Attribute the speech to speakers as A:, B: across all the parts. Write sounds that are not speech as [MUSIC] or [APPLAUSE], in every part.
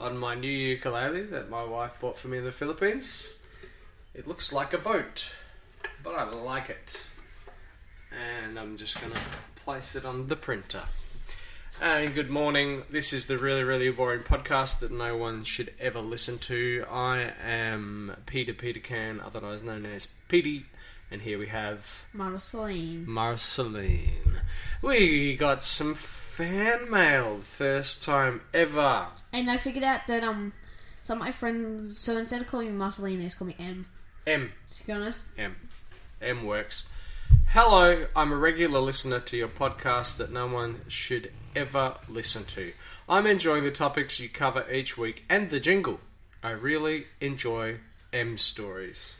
A: on my new ukulele that my wife bought for me in the Philippines. It looks like a boat, but I like it. And I'm just going to place it on the printer. And good morning. This is the really, really boring podcast that no one should ever listen to. I am Peter Peter Can, otherwise known as Petey, and here we have
B: Marceline.
A: Marceline. We got some fan mail, first time ever.
B: And I figured out that um some of my friends so instead of calling me Marceline they just call me M.
A: M.
B: To be honest.
A: M. M works. Hello, I'm a regular listener to your podcast that no one should ever listen to. I'm enjoying the topics you cover each week and the jingle. I really enjoy M's stories.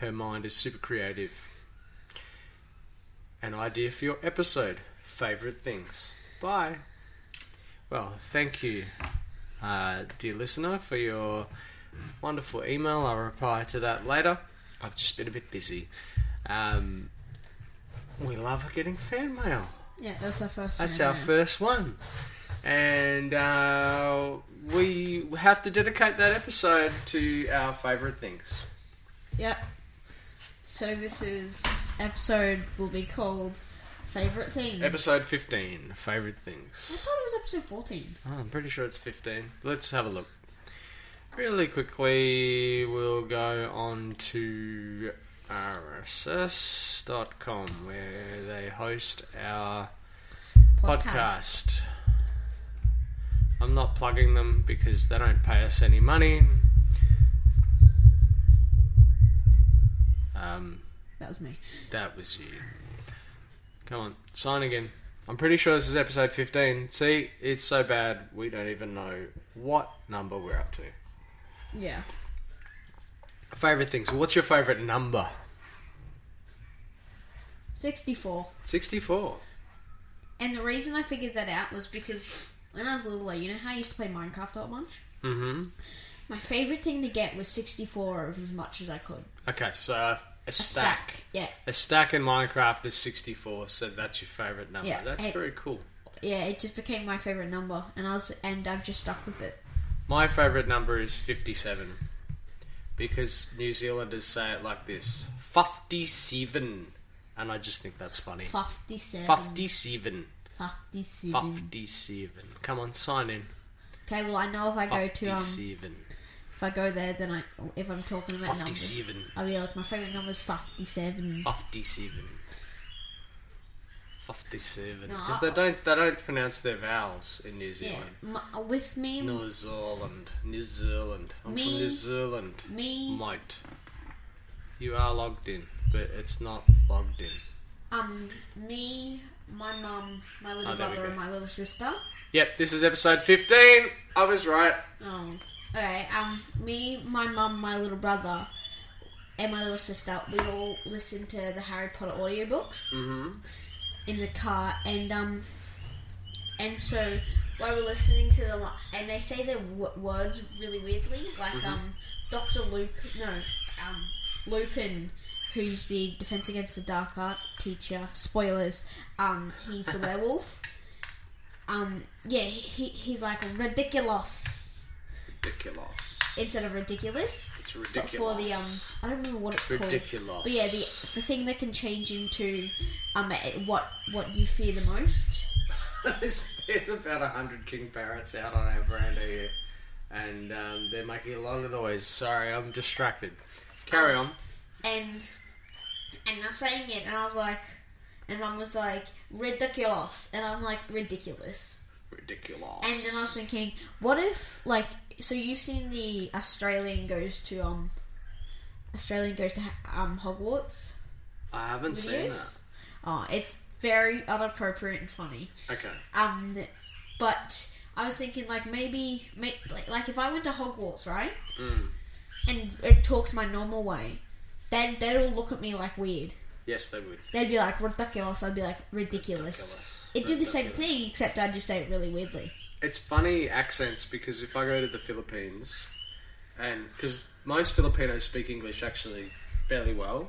A: Her mind is super creative. An idea for your episode. Favorite things. Bye. Well, thank you, uh, dear listener, for your wonderful email. I'll reply to that later. I've just been a bit busy. Um, we love getting fan mail.
B: Yeah, that's our first
A: That's
B: name,
A: our
B: yeah.
A: first one. And uh, we have to dedicate that episode to our favourite things.
B: Yep. So this is episode will be called Favorite Thing.
A: Episode 15 Favourite
B: I
A: Things.
B: thought it was episode fourteen.
A: Oh, I'm pretty sure it's 15. Let's have a look. Really quickly, we'll go on to rss.com where they host our podcast. I'm not plugging them because they don't pay us any money. Um,
B: That was me.
A: that was you. Come on, sign again. I'm pretty sure this is episode 15. See, it's so bad we don't even know what number we're up to.
B: Yeah.
A: Favorite things. What's your favorite number?
B: Sixty four.
A: 64.
B: And the reason I figured that out was because when I was little, you know how I used to play Minecraft a bunch?
A: Mm-hmm.
B: My favorite thing to get was 64 of as much as I could.
A: Okay, so a, a stack.
B: Yeah,
A: A stack in Minecraft is 64, so that's your favorite number.
B: Yeah,
A: that's
B: I-
A: very cool.
B: yeah, it just became my favorite number, and I was, and I've just stuck with it.
A: My favourite number is 57 because New Zealanders say it like this 57. And I just think that's funny.
B: 57.
A: 57.
B: 57.
A: 57. Come on, sign in.
B: Okay, well, I know if I go to, um,
A: 57.
B: if I go there, then I, if I'm talking about numbers,
A: 57.
B: I'll be like, my favorite number is 57.
A: 57. 57.
B: No,
A: Because
B: I-
A: they don't they don't pronounce their vowels in New
B: Yeah,
A: Zealand.
B: m- with me,
A: New Zealand. New Zealand. I'm from
B: Me-
A: New Zealand.
B: me,
A: Might. You are logged in, but it's not logged in.
B: um, me, my mum, my little
A: Oh, there we
B: brother, and
A: go.
B: my little sister.
A: Yep, this is episode 15. I was right.
B: Oh, okay. Um, me, my mum, my little brother, and my little sister, we all listened to the Harry Potter audiobooks
A: Mm-hmm.
B: in the car, and um, and so while we're listening to them, and they say their w- words really weirdly, like um, Doctor Lup, no, um, Lupin. Who's the Defense Against the Dark Art teacher? Spoilers. Um, he's the werewolf. Um, yeah, he, he, he's like ridiculous
A: Ridiculous.
B: instead of ridiculous.
A: It's
B: For,
A: ridiculous.
B: for the um, I don't remember what it's
A: Ridiculous.
B: called. But yeah, the the thing that can change into um eh, what what you fear the most. um,
A: [LAUGHS] there's, there's about a hundred king parrots out on our veranda here, and um, they're making a lot of noise. Sorry, I'm distracted. Carry
B: Um,
A: on.
B: And and I was saying it, and I was like, and Mum was like ridiculous, and I'm like ridiculous.
A: Ridiculous.
B: And then I was thinking, what if like so you've seen the Australian goes to um Australian goes to Ha- um Hogwarts
A: I haven't seen
B: videos?
A: that.
B: Oh, it's very unappropriate and funny.
A: Okay.
B: Um, but I was thinking like maybe, may like, like if I went to Hogwarts, right,
A: Mm.
B: and, and talked my normal way, then they'd all look at me like weird.
A: Yes, they would.
B: They'd be like ridiculous. I'd be like ridiculous.
A: Ridiculous.
B: It'd do the same
A: Ridiculous.
B: thing except I'd just say it really weirdly.
A: It's funny accents because if I go to the Philippines, and because most Filipinos speak English actually fairly well,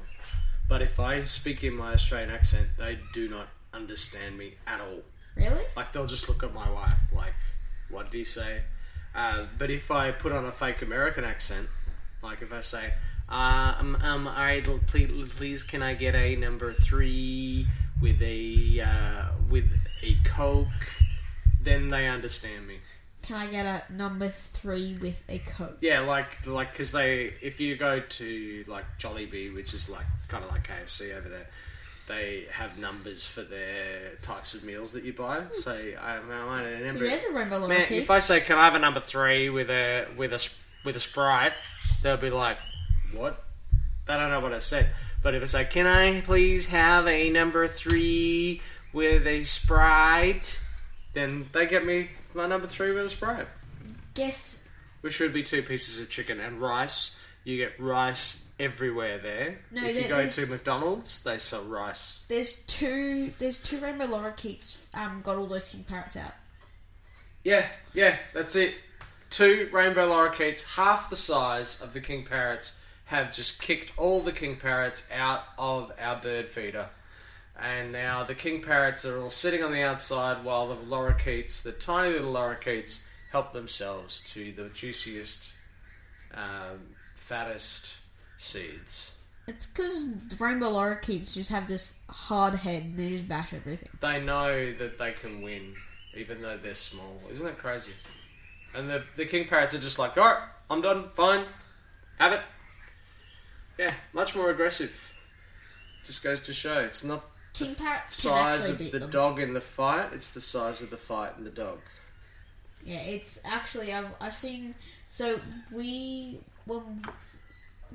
A: but if I speak in my Australian accent, they do not understand me at all.
B: Really?
A: Like they'll just look at my wife like, "What did he say?" Uh, but if I put on a fake American accent, like if I say, uh, um, um, I please, please, can I get a number three with a uh, with a Coke? Then they understand me.
B: Can I get a number three with a coke?
A: Yeah, like like because they if you go to like Jollibee, which is like kind of like KFC over there, they have numbers for their types of meals that you buy. So I, I want a number.
B: Hmm. So there's a rainbow
A: Man,
B: lorikeet.
A: if I say, "Can I have a number three with a with a sp- with a sprite?" They'll be like, "What?" They don't know what I said. But if I say, "Can I please have a number three with a sprite?" then they get me my number three with a sprite,
B: Guess
A: which would be two pieces of chicken and rice. You get rice everywhere there.
B: No,
A: if you
B: there-
A: go
B: there's-
A: to McDonald's, they sell rice.
B: there's two there's two rainbow lorikeets um got all those king parrots out.
A: Yeah, yeah, that's it. Two rainbow lorikeets, half the size of the king parrots, have just kicked all the king parrots out of our bird feeder. And now the king parrots are all sitting on the outside while the lorikeets, the tiny little lorikeets, help themselves to the juiciest, um, fattest seeds.
B: It's because rainbow lorikeets just have this hard head and they just bash everything.
A: They know that they can win, even though they're small. Isn't that crazy? And the, the king parrots are just like, all right, I'm done, fine, have it. Yeah, much more aggressive. Just goes to show it's not
B: King parrots can
A: size
B: actually
A: of
B: beat
A: the
B: them.
A: dog in the fight; it's the size of the fight in the dog.
B: Yeah, it's actually I've I've seen so we when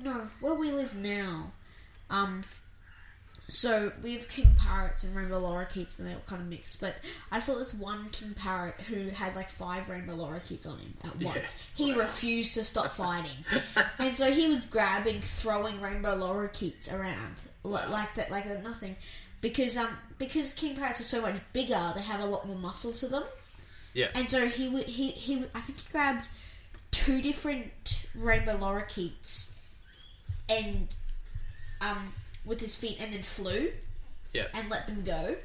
B: no where we live now, um, so we have king parrots and rainbow lorikeets and they all kind of mix. But I saw this one king parrot who had like five rainbow lorikeets on him at once. He refused to stop fighting, and so he was grabbing, throwing rainbow lorikeets around li- like that, like that nothing. Because um, because king parrots are so much bigger, they have a lot more muscle to them.
A: Yeah,
B: And so he w- he he w- I think he grabbed two different rainbow lorikeets and um with his feet and then flew
A: yeah,
B: and let them go.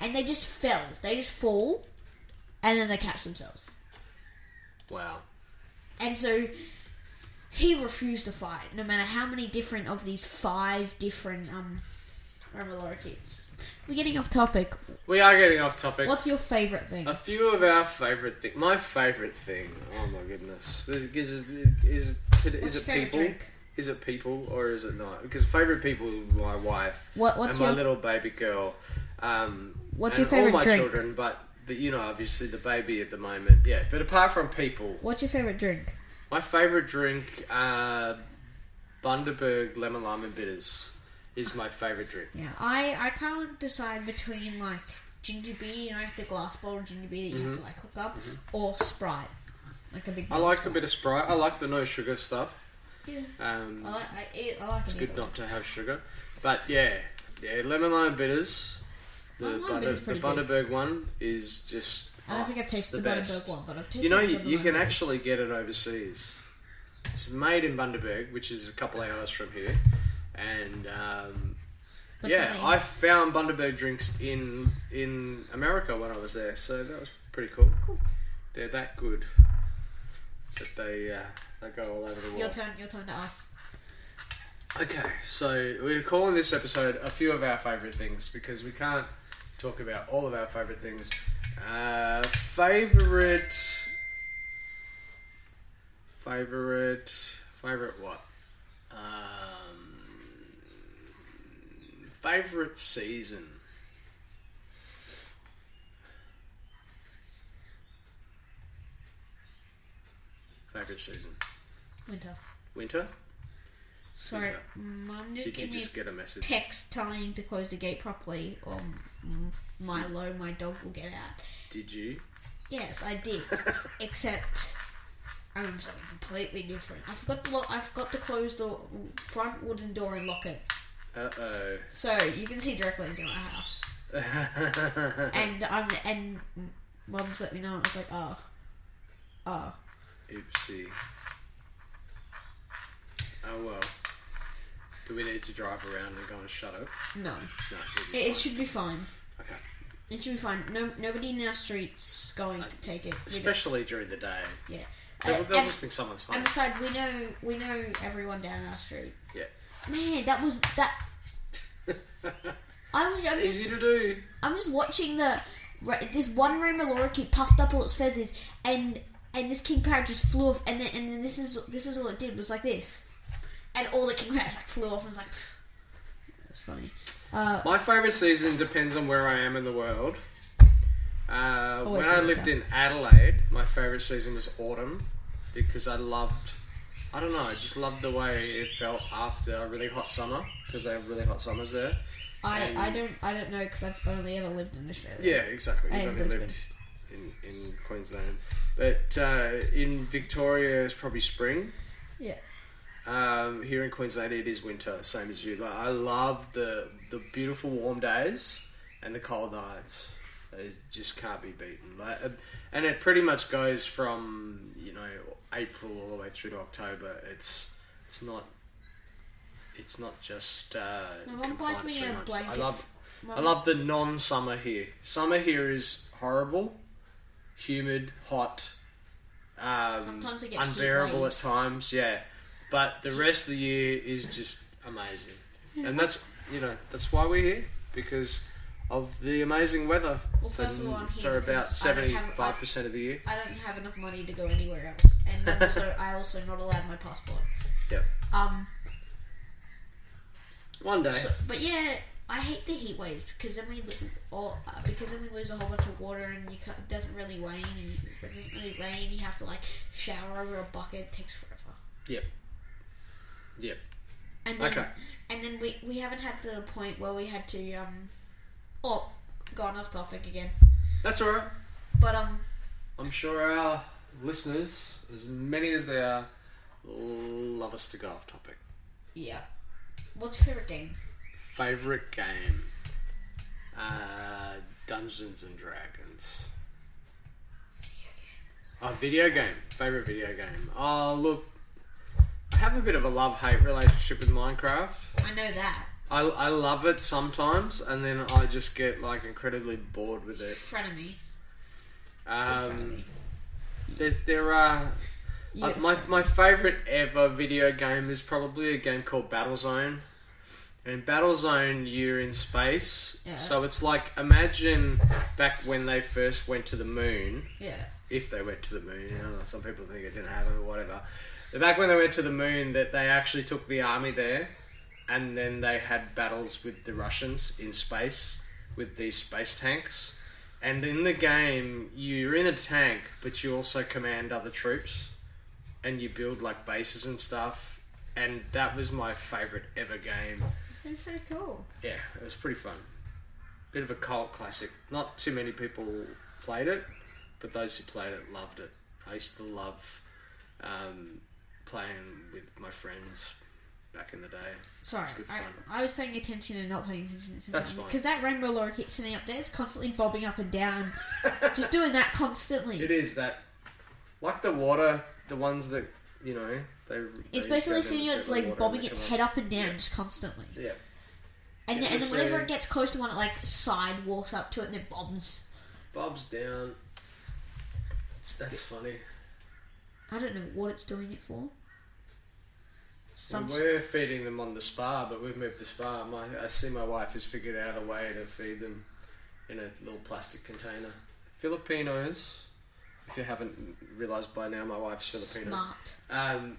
B: And they just fell. They just fall and then they catch themselves.
A: wow.
B: And so he refused to fight, no matter how many different of these five different um rainbow lorikeets. We're getting off topic.
A: We are getting off topic.
B: What's your favourite thing?
A: A few of our favourite things. My favourite thing. Oh my goodness. Is is is, is,
B: What's
A: it
B: your favourite
A: people?
B: drink?
A: Is it people or is it not? Because favourite people, are my wife
B: What- what's
A: and my
B: your-
A: little baby girl. Um,
B: What's
A: and
B: your favourite
A: all my
B: drink?
A: children, but but you know, obviously the baby at the moment. Yeah, but apart from people,
B: What's your favourite drink?
A: my favourite drink, uh, Bundaberg lemon lime and bitters, is my favourite drink.
B: Yeah, I, I can't decide between like ginger beer, you know, like the glass bottle of ginger beer that you have to like hook up, or Sprite, like a big.
A: Mm-hmm. I
B: bottle
A: like
B: of
A: a
B: Sprite.
A: bit of Sprite. I like the no sugar stuff.
B: Yeah.
A: Um,
B: I like. I, eat, I like.
A: It's
B: it
A: good
B: either
A: not to have sugar. But yeah, yeah, lemon lime bitters. The,
B: Lemon lime
A: Bunder,
B: bitter's
A: the
B: pretty
A: Bundaberg one is just.
B: way. I don't
A: oh,
B: think I've
A: it's
B: tasted the, Bundaberg one, but I've tasted.
A: You know,
B: the
A: you, you
B: Bundaberg
A: can
B: one.
A: actually get it overseas. It's made in Bundaberg, which is a couple hours from here, and um,
B: But
A: yeah,
B: do they-
A: I found Bundaberg drinks in in America when I was there, so that was pretty cool.
B: Cool.
A: They're that good that they uh, they go all over the world.
B: Your turn. Your turn to ask.
A: Okay, so we're calling this episode a few of our favourite things because we can't talk about all of our favourite things. Uh, favourite. Favourite. Favourite what? Um, favourite season. Favourite season.
B: Winter.
A: Winter?
B: Sorry,
A: Winter.
B: mum just
A: Did you
B: gave me
A: just
B: a
A: get a message?
B: text telling you to close the gate properly, or mm, Milo, my dog, will get out.
A: Did you?
B: Yes, I did. Except I remember something completely different. I forgot to lock. I forgot to close the front wooden door and lock it,
A: Uh oh.
B: so you can see directly into my house. And I'm and mum's let me know. And I was like, oh, oh,
A: [LAUGHS] Oopsie. Oh well. Do we need to drive around and go and shut up?
B: no,
A: No. we'll be
B: it, it
A: fine.
B: should be fine.
A: Okay.
B: It should be fine. No, nobody in our streets going to take it. We don't-
A: especially during the day.
B: yeah.
A: They'll,
B: Uh,
A: they'll
B: and,
A: just think someone's home.
B: and besides, we know we know everyone down our street.
A: yeah,
B: Man, that was that. I was, I'm, just,
A: easy to do.
B: I'm just watching the right, this one Roma lorikeet puffed up all its feathers, and and this king parrot just flew off, and then and then this is this is all it did was like this, and all the king parrots like flew off and was like, [SIGHS] that's funny. Uh,
A: My favourite season depends on where I am in the world. Uh,
B: Always
A: when I
B: winter.
A: lived in Adelaide, my favourite season was autumn because I loved, I don't know, I just loved the way it felt after a really hot summer because they have really hot summers there.
B: I,
A: And-
B: I don't I don't know because I've only ever lived in Australia.
A: Yeah, exactly.
B: I
A: You've
B: am
A: only lived in, in Queensland. But uh, in Victoria, it's probably spring.
B: Yeah.
A: Um, here in Queensland, it is winter, same as you. Like, I love the the beautiful warm days and the cold nights. It just can't be beaten. Like, uh, and it pretty much goes from you know April all the way through to October. It's it's not it's not just uh,
B: No one
A: confined
B: buys
A: to
B: me um,
A: three
B: a
A: months.
B: blanket.
A: I love I love the non-summer here. Summer here is horrible, humid, hot, um,
B: Sometimes we get heat
A: unbearable
B: waves.
A: at times. Yeah, but the rest of the year is just amazing, and that's you know that's why we're here because of the amazing weather
B: Well, first of all, I'm here
A: for about
B: because I don't have-
A: seventy-five percent of the year.
B: I don't have enough money to go anywhere else, and I'm also I also not allowed my passport.
A: Yep.
B: Um,
A: One day.
B: so- but yeah, I hate the heat waves because then we lo- or uh, because then we lose a whole bunch of water and you can't, it doesn't really rain and if it doesn't really rain you have to like shower over a bucket. It takes forever.
A: yep. Yep.
B: And then,
A: Okay.
B: And then we, we haven't had to the point where we had to um, oh, gone off topic again.
A: That's all right.
B: But um,
A: I'm sure our listeners, as many as they are, love us to go off topic.
B: yeah. What's your favorite game?
A: Favorite game? Uh, Dungeons and Dragons. A video game. Favorite video game. Oh, look. I have a bit of a love hate relationship with Minecraft.
B: I know that.
A: I, I love it sometimes, and then I just get like incredibly bored with it.
B: Frenemy.
A: Um,
B: Frenemy.
A: there, there are
B: You
A: Uh,
B: get
A: my
B: frenemy.
A: my favorite ever video game is probably a game called Battlezone. And in Battlezone, you're in space,
B: Yeah.
A: so it's like imagine back when they first went to the moon.
B: yeah.
A: If they went to the moon, I don't know, some people think it didn't happen or whatever. But Back when they went to the moon, that they actually took the army there, and then they had battles with the Russians in space with these space tanks. And in the game, you're in a tank, but you also command other troops and you build like bases and stuff. And that was my favorite ever game.
B: Sounds pretty cool.
A: Yeah, it was pretty fun. Bit of a cult classic. Not too many people played it, but those who played it loved it. I used to love um, playing with my friends back in the day.
B: Sorry,
A: good
B: I,
A: fun.
B: I was paying attention and not paying attention.
A: That's fine.
B: Because that rainbow lorikeet sitting up there, it's constantly bobbing up
A: [LAUGHS]
B: and down, just doing that constantly.
A: It is that, like the water, the ones that you know they.
B: it's
A: they
B: basically
A: go
B: sitting
A: down
B: on
A: the
B: its
A: water
B: legs,
A: and
B: bobbing
A: they
B: its
A: come
B: head up and down
A: Yeah.
B: just constantly.
A: Yeah,
B: And
A: Yeah,
B: then,
A: we
B: and then whenever
A: see-
B: it gets close to one, it like side walks up to it and then bobs.
A: bobs down.
B: It's-
A: That's funny.
B: I don't know what it's doing it for. Some
A: We were feeding them on the spa, but we've moved the spa. My, I see my wife has figured out a way to feed them in a little plastic container. Filipinos, if you haven't realised by now, my wife's Filipino.
B: smart.
A: Um,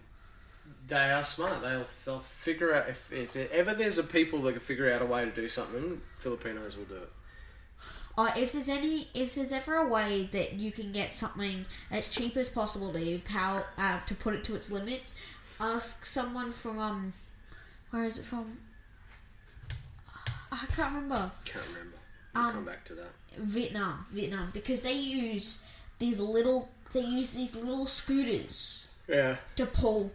A: they are smart. They'll, they'll figure out if, if ever there's a people that can figure out a way to do something, Filipinos will do it.
B: Uh, if there's any, if there's ever a way that you can get something as cheap as possible to power uh, to put it to its limits, ask someone from um, where is it from? Ah, I can't remember.
A: Can't remember. We'll
B: Um,
A: come back to that.
B: Vietnam, Vietnam, because they use these little, they use these little scooters.
A: Yeah.
B: to pull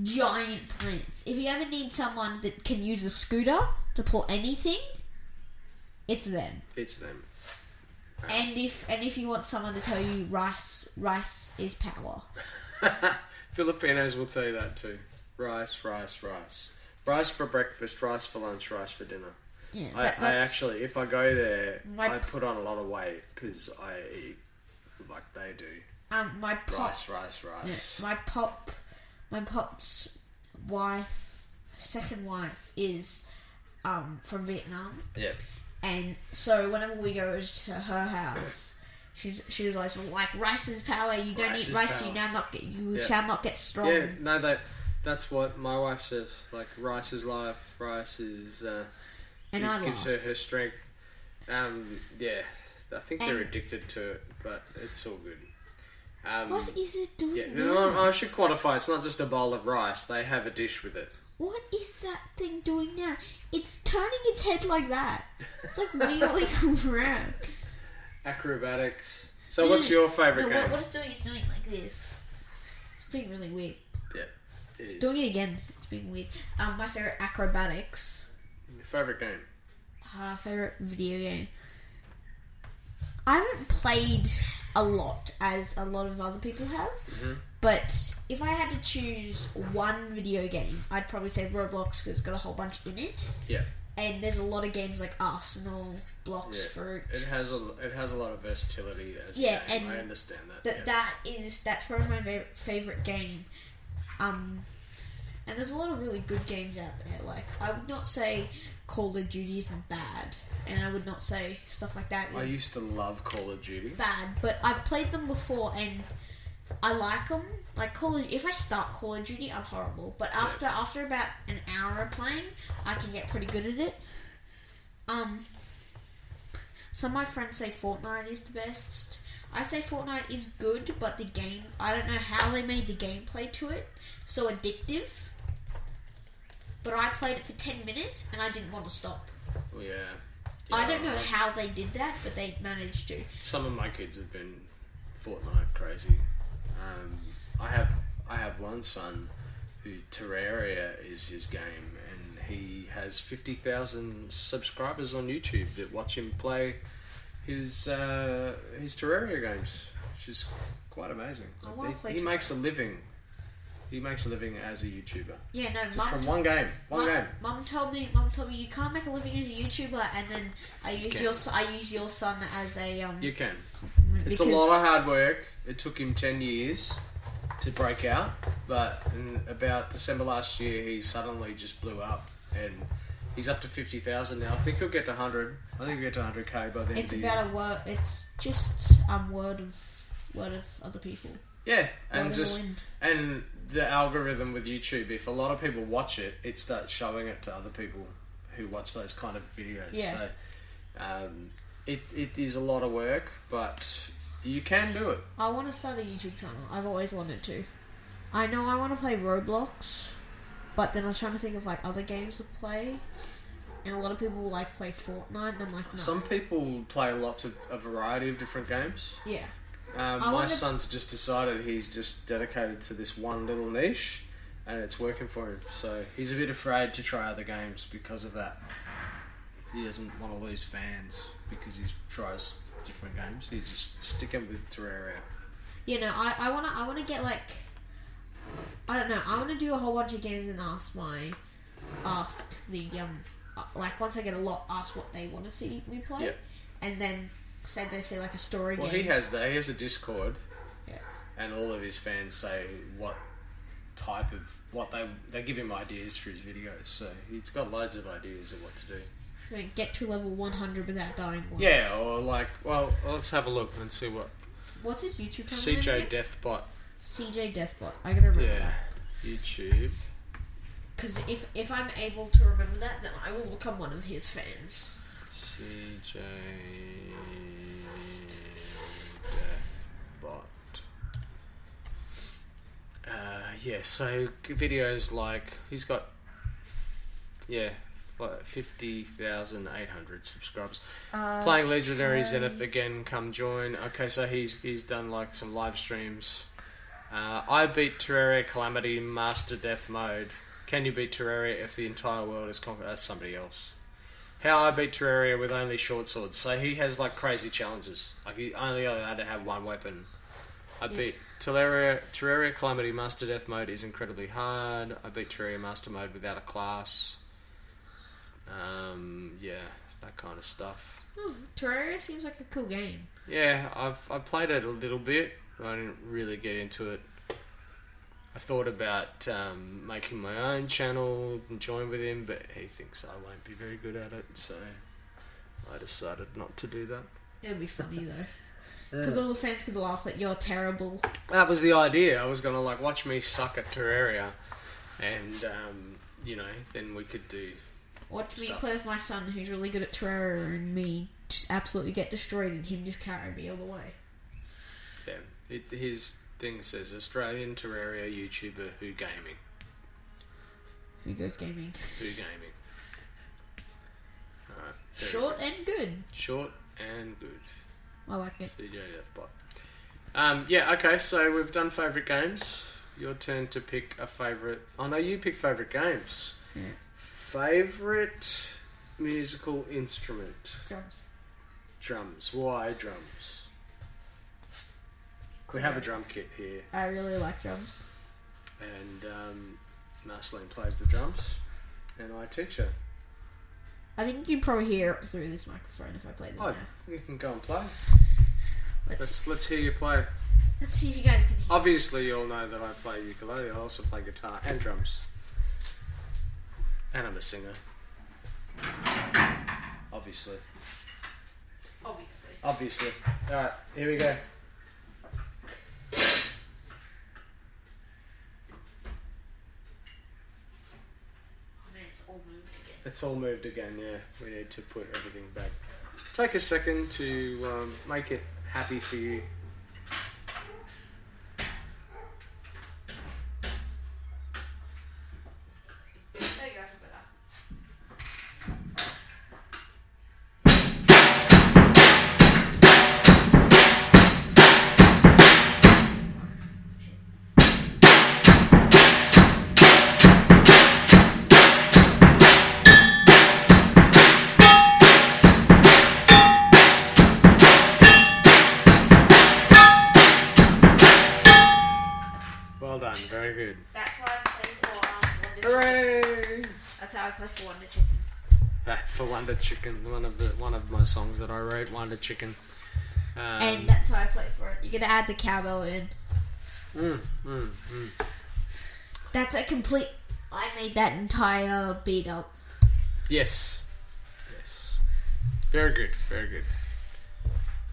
B: giant plants. If you ever need someone that can use a scooter to pull anything, it's them.
A: It's them.
B: And if and if you want someone to tell you rice rice is power,
A: [LAUGHS] Filipinos will tell you that too. Rice, rice, rice. Rice for breakfast, rice for lunch, rice for dinner.
B: Yeah,
A: I,
B: that,
A: I
B: that's-
A: actually, if I go there,
B: My-
A: I put on a lot of weight because I eat like they do.
B: um my pop
A: Rice, rice,
B: yeah,
A: rice.
B: my pop my pop's wife second wife is um from Vietnam
A: Yeah.
B: and so whenever we go to her house she's she was always like rice is power you don't
A: Rice
B: eat
A: is
B: rice
A: power."
B: you now not get you
A: Yeah.
B: shall not get strong
A: Yeah, no, that that's what my wife says. Like rice is life. Rice is uh,
B: and I
A: just gives
B: laugh.
A: her her strength. Um, yeah, I think they're
B: And-
A: addicted to it, but it's all good. Um,
B: what is it doing
A: yeah,
B: now?
A: no, I I should qualify. It's not just a bowl of rice. They have a dish with it.
B: What is that thing doing now? It's turning its head like that. It's like [LAUGHS] wheeling around.
A: Acrobatics. So, what's your favourite
B: No,
A: game?
B: what, what it's doing is doing like this. It's being really weird.
A: Yeah, it is.
B: Doing it again. It's being weird. Um, my favorite acrobatics.
A: Your favourite game?
B: Uh, favorite video game. I haven't played a lot as a lot of other people have, but if I had to choose one video game, I'd probably say Roblox because it's got a whole bunch in it.
A: Yeah,
B: and there's a lot of games like Arsenal, Blocks, Fruit.
A: it has a it has a lot of versatility as
B: Yeah,
A: a game.
B: and
A: I understand that.
B: that
A: yeah.
B: that is that's probably my va- favorite game. Um, and there's a lot of really good games out there. Like I would not say Call of Duty is bad, and I would not say stuff like that is
A: I used to love Call of Duty.
B: bad. But I've played them before, and I like them. Like Call of, if I start Call of Duty, I'm horrible. But after after about an hour of playing, I can get pretty good at it. Um, some of my friends say Fortnite is the best. I say Fortnite is good, but the game I don't know how they made the gameplay to it so addictive. But I played it for ten minutes and I didn't want to stop.
A: Well, yeah.
B: I
A: Yeah,
B: don't know
A: I-
B: how they did that, but they managed to.
A: Some of my kids have been Fortnite crazy. Um, I have I have one son who Terraria is his game, and he has fifty thousand subscribers on YouTube that watch him play his uh, his Terraria games, which is quite amazing.
B: I wanna
A: He-
B: play
A: he
B: Terraria.
A: makes a living. He makes a living as a YouTuber
B: Yeah, no,
A: just
B: mum
A: from one game. One
B: Mum-
A: game.
B: Mum told me. Mum told me you can't make a living as a YouTuber, and then I use
A: can.
B: your s- I use your son as a um.
A: You can. It's
B: because-
A: a lot of hard work. It took him 10 years to break out, but in about December last year, he suddenly just blew up and he's up to 50,000 now. I think he'll get to 100. I think he'll get to 100k by the end
B: It's
A: of the
B: about a word. It's just um word of word of other people.
A: year. Yeah,
B: word
A: and
B: of
A: just
B: the wind.
A: and the algorithm with YouTube, if a lot of people watch it, it starts showing it to other people who watch those kind of videos.
B: Yeah.
A: So um, it, it is a lot of work, but you can do it.
B: I want to start a YouTube channel. I've always wanted to. I know I want to play Roblox, but then I was trying to think of like other games to play, and a lot of people like play Fortnite, and I'm like, no.
A: Some people play lots of a variety of different games.
B: yeah.
A: Um,
B: I
A: my
B: wonder-
A: son's just decided he's just dedicated to this one little niche, and it's working for him. So he's a bit afraid to try other games because of that. He doesn't want to lose fans because he tries different games. He just sticking with Terraria.
B: you know, I, I wanna I wanna get like I don't know, I wanna do a whole bunch of games and ask my ask the um uh, like once I get a lot ask what they wanna see me play.
A: Yep.
B: And then say they say like a story
A: Well,
B: game.
A: he has that. He has a Discord,
B: Yeah.
A: and all of his fans say what type of what they they give him ideas for his videos. So he's got loads of ideas of what to do.
B: I mean, get to level one hundred without dying once.
A: Yeah, oh. or like, well,
C: Let's have a look and see what
B: What's his YouTube channel? name
A: CJ
B: again?
A: Deathbot.
B: CJ Deathbot. I gotta remember
A: Yeah, YouTube.
B: Because if if I'm able to remember that, then I will become one of his fans.
A: CJ Deathbot.
C: Uh, yeah, so videos like he's got yeah, like fifty thousand eight hundred subscribers. Playing Legendary Zenith again, come join. Okay, so he's he's done like some live streams. Uh, I beat Terraria Calamity Master Death Mode. Can you beat Terraria if the entire world is conquered? That's somebody else. How I beat Terraria with only short swords. So he has like crazy challenges. Like he only allowed to have one weapon. I beat Terraria, Terraria Calamity Master Death Mode is incredibly hard. I beat Terraria Master Mode without a class.
A: Um, yeah, that kind of stuff.
B: Oh, Terraria seems like a cool game.
A: Yeah, I've I played it a little bit, but I didn't really get into it. I thought about um, making my own channel and join with him, but he thinks I won't be very good at it, so I decided not to do that.
B: It'd be funny
A: [LAUGHS]
B: though, because all the fans could laugh at you're terrible.
A: That was the idea. I was gonna like watch me suck at Terraria, and um, you know, then we could do.
B: Watch me
A: Stuff.
B: play with my son, who's really good at Terraria, and me just absolutely get destroyed, and him just carry me all the way.
A: Yeah, it, his thing says Australian Terraria YouTuber who gaming
B: Who goes gaming?
A: who gaming. All right, there we go.
B: Short and good.
A: short and good.
B: I like it.
A: DJ Deathbot. Um, yeah, okay, so we've done favourite games. Your turn to pick a favourite. Oh no, you pick favourite games.
B: Yeah.
A: Favourite musical instrument?
B: Drums.
A: Drums. Why drums? We have a drum kit here,
B: I really like drums.
A: and um, Marceline plays the drums, and I teach her.
B: I think you can probably hear it through this microphone if I play this
A: Oh,
B: now.
A: you can go and play.
B: Let's,
A: Let's let's hear you play.
B: let's see if you guys can hear.
A: Obviously, you all know that I play ukulele. I also play guitar and drums. And I'm a singer. Obviously.
B: Obviously.
A: Obviously. Alright, here we go.
B: Oh man, it's all moved again.
A: It's all moved again, yeah. We need to put everything back. Take a second to um, make it happy for you.
B: There you go, I better.
A: Well done, very good.
B: That's why I play for um, Wonder Chicken.
A: Hooray!
B: That's how I play for Wonder Chicken.
A: Back Uh, for Wonder Chicken, one of the one of my songs that I wrote, Wonder Chicken. Um,
B: and that's how I play for it. You're gonna add the cowbell in.
A: mm, mm, mm.
B: That's a complete. I made that entire beat up.
A: Yes. Yes. Very good. Very good.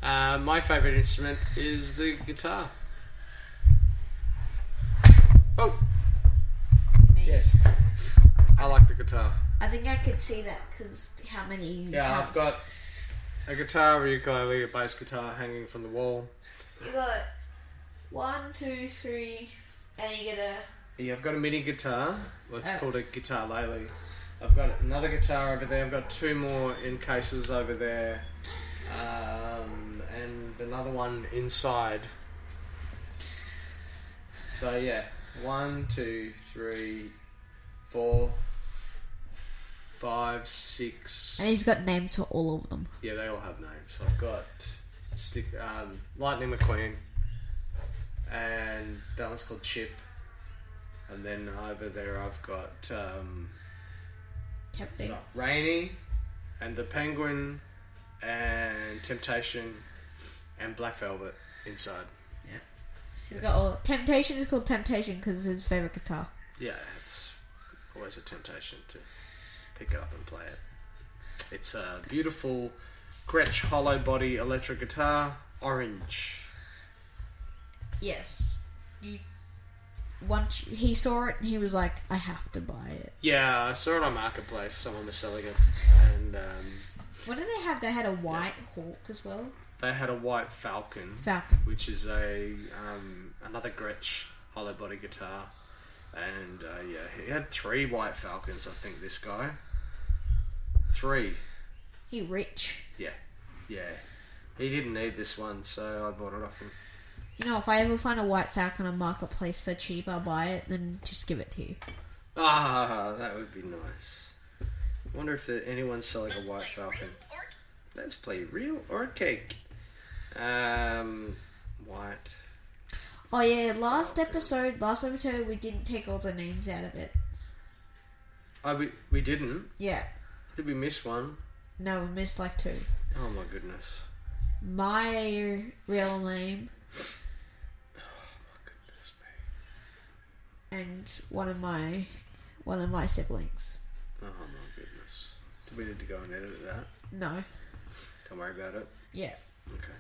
A: Uh, my favourite instrument is the guitar. Oh,
B: Me.
A: yes. I like the guitar.
B: I think I could see that because how many you
A: Yeah,
B: have.
A: I've got a guitar, a ukulele, a bass guitar hanging from the wall.
B: You got one, two, three, and you get a.
A: Yeah, I've got a mini guitar. Well, it's
B: Oh.
A: called a guitar lele. I've got another guitar over there. I've got two more in cases over there, um, and another one inside. So yeah, one, two, three, four, five, six.
B: And he's got names for all of them.
A: Yeah, they all have names. I've got stick um, Lightning McQueen, and that one's called Chip. And then over there, I've got um,
B: Tempting.
A: no, Rainy, and the Penguin, and Temptation, and Black Velvet inside.
B: He's got all. Temptation is called Temptation because it's his favorite guitar.
A: Yeah, it's always a temptation to pick it up and play it. It's a beautiful Gretsch hollow body electric guitar, orange.
B: Yes. You. Once you- he saw it, and he was like, "I have to buy it."
A: Yeah, I saw it on Marketplace. Someone was selling it, and um,
B: What did they have? They had a white hawk as well.
A: they had a white Falcon,
B: Falcon.
A: which is a um, another Gretsch hollow body guitar, and uh, yeah, he had three white Falcons. I think this guy, three.
B: He rich.
A: Yeah, yeah. He didn't need this one, so I bought it off him.
B: You know, if I ever find a white falcon on marketplace for cheap, I'll buy it. Then just give it to you.
A: Ah, that would be nice. Wonder if there, anyone's selling a white Falcon. Let's play real or cake. Um, white.
B: Oh yeah, last episode, last episode we didn't take all the names out of it.
A: Oh, we, we didn't.
B: Yeah,
A: Did we miss one?
B: No, we missed like two.
A: Oh my goodness.
B: My real name
A: Goodness me.
B: and one of my one of my siblings.
A: Oh my goodness. Do we need to go and edit that?
B: No.
A: Don't worry about it.
B: Yeah.
A: Okay.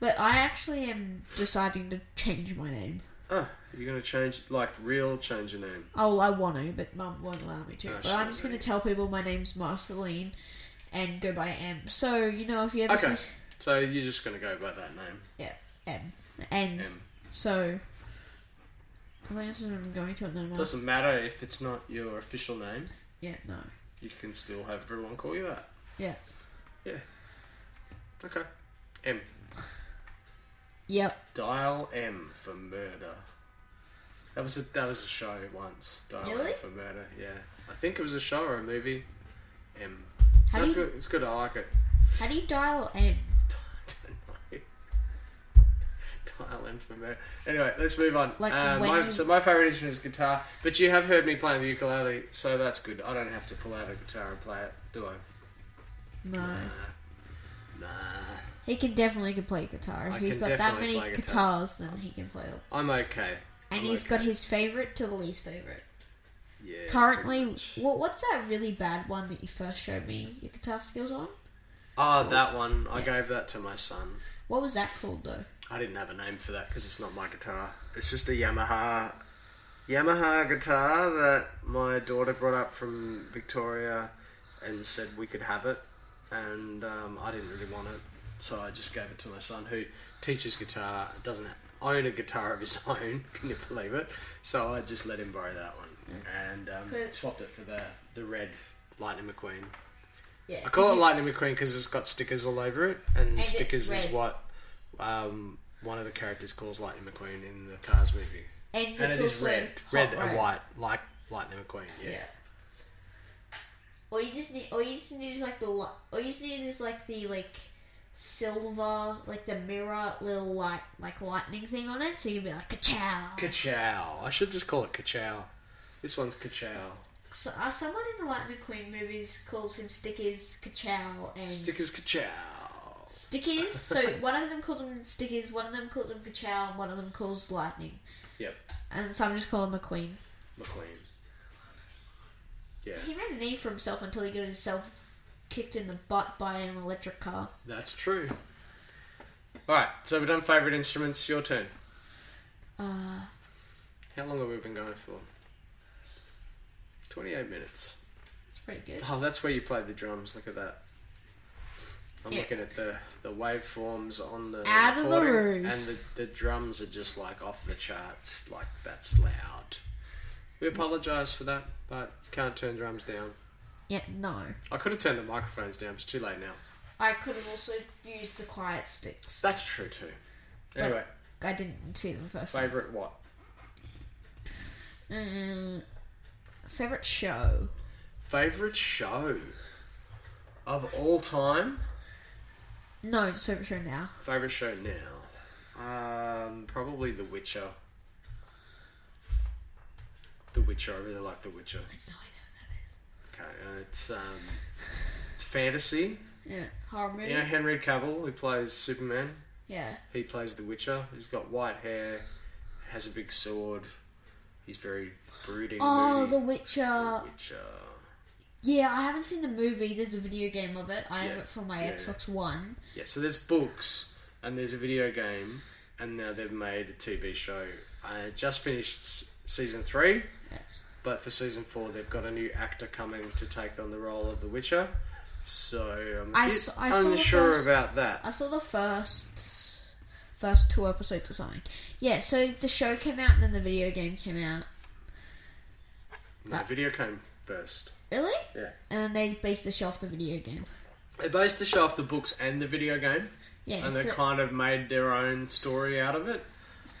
B: But I actually am deciding to change my name.
A: Ah, you're gonna change like real change your name.
B: Oh, well, I want to, but Mum won't allow me to.
A: Oh,
B: but I'm
A: sure,
B: just going to
A: mate.
B: tell people my name's Marceline and go by M. So, you know, if you ever
A: Okay.
B: see...
A: So you're just gonna go by that name.
B: Yeah, M. And
A: M.
B: so... I think that's what I'm going to, and then I'm like,
A: Doesn't matter if it's not your official name,
B: yeah, no.
A: you can still have everyone call you that.
B: Yeah.
A: Yeah. Okay. M.
B: Yep.
A: Dial M for murder. That was a that was a show once. Dial
B: Really?
A: M for murder. Yeah, I think it was a show or a movie. M.
B: How do
A: That's
B: you-
A: good. It's good. I like it. [LAUGHS]
B: How do you dial M?
A: Dial M for murder. Anyway, let's move on.
B: Like
A: Uh,
B: when
A: my,
B: you-
A: So my favorite instrument is guitar, but you have heard me playing the ukulele, so that's good. I don't have to pull out a guitar and play it, do I?
B: No.
A: Nah.
B: He can definitely can play guitar.
A: I
B: If he's
A: can
B: got that
A: definitely
B: many
A: play guitar.
B: guitars, then he can play them.
A: I'm okay.
B: And
A: I'm
B: he's
A: okay.
B: got his favorite to the least favorite.
A: yeah, pretty
B: Currently,
A: much.
B: what, what's that really bad one that you first showed me your guitar skills on?
A: Oh, that one. I
B: Yeah.
A: gave that to my son.
B: What was that called though?
A: I didn't have a name for that because it's not my guitar. It's just a Yamaha, Yamaha guitar that my daughter brought up from Victoria, and said we could have it, and um, I didn't really want it, so I just gave it to my son who teaches guitar, doesn't own a guitar of his [LAUGHS] own. Can you believe it? So I just let him borrow that one, and um,
B: Good.
A: swapped it for the the red Lightning McQueen.
B: Yeah.
A: I call
B: did
A: it
B: you-
A: Lightning McQueen because it's got stickers all over it, and,
B: it's
A: stickers is
B: red.
A: what um, one of the characters calls Lightning McQueen in the Cars movie.
B: and,
A: And
B: it's
A: it
B: also
A: is red,
B: hot
A: red
B: road.
A: and white, like Lightning McQueen. Yeah.
B: Oh, Yeah. Or you just need, or you just need is like the, li- or you just need is like the like silver, like the mirror little light, like lightning thing on it. So you'd be like ka-chow.
A: Ka-chow. I should just call it Ka-chow. This one's Ka-chow.
B: So, uh, someone in the Lightning Queen movies calls him Stickers, Ka-chow, and
A: Stickers Ka-chow. [LAUGHS]
B: Stickies. So one of them calls him Stickies, one of them calls him Ka-chow, and one of them calls Lightning.
A: Yep,
B: And some just call him McQueen.
A: McQueen. Yeah,
B: He made a name for himself until he got himself kicked in the butt by an electric car.
A: that's true. All right, so we've done favorite instruments. Your turn.
B: Uh,
A: How long have we been going for? Twenty-eight minutes.
B: it's pretty good.
A: Oh, that's where you play the drums. Look at that. I'm
B: Yeah.
A: looking at the, the waveforms on the
B: Out of the
A: recording,
B: roof.
A: and the, the drums are just like off the charts. Like that's loud. We apologise for that, but you can't turn drums down.
B: Yeah, no.
A: I could have turned the microphones down. It's too late now.
B: I could have also used the quiet sticks.
A: That's true too.
B: But
A: Anyway,
B: I didn't see them first.
A: favourite what?
B: Uh, favorite show?
A: Favourite show of all time.
B: No, just favorite show now.
A: Favorite show now? Um, probably The Witcher. The Witcher. I really like The Witcher.
B: I have no idea
A: Okay, uh, it's um, it's fantasy.
B: what that is. Yeah, horror movie.
A: You know Henry Cavill, who plays Superman.
B: yeah.
A: He plays The Witcher. He's got white hair, has a big sword. He's very brooding.
B: Oh,
A: moody.
B: The uh, Witcher.
A: The Witcher.
B: Yeah, I haven't seen the movie. There's a video game of it. I have
A: Yeah,
B: it from my
A: yeah.
B: Xbox One.
A: Yeah. So there's books and there's a video game, and now they've made a TV show. I just finished s- season three. But for season four, they've got a new actor coming to take on the role of The Witcher. So I'm a
B: I
A: bit
B: s- I saw the
A: unsure
B: first-
A: about that.
B: I saw the first first two episodes or something. Yeah, so the show came out and then the video game came out.
A: No, video came first.
B: Really?
A: Yeah.
B: And then they based the show off the video game.
A: They based the show off the books and the video game,
B: Yeah,
A: and they
B: so-
A: kind of made their own story out of it.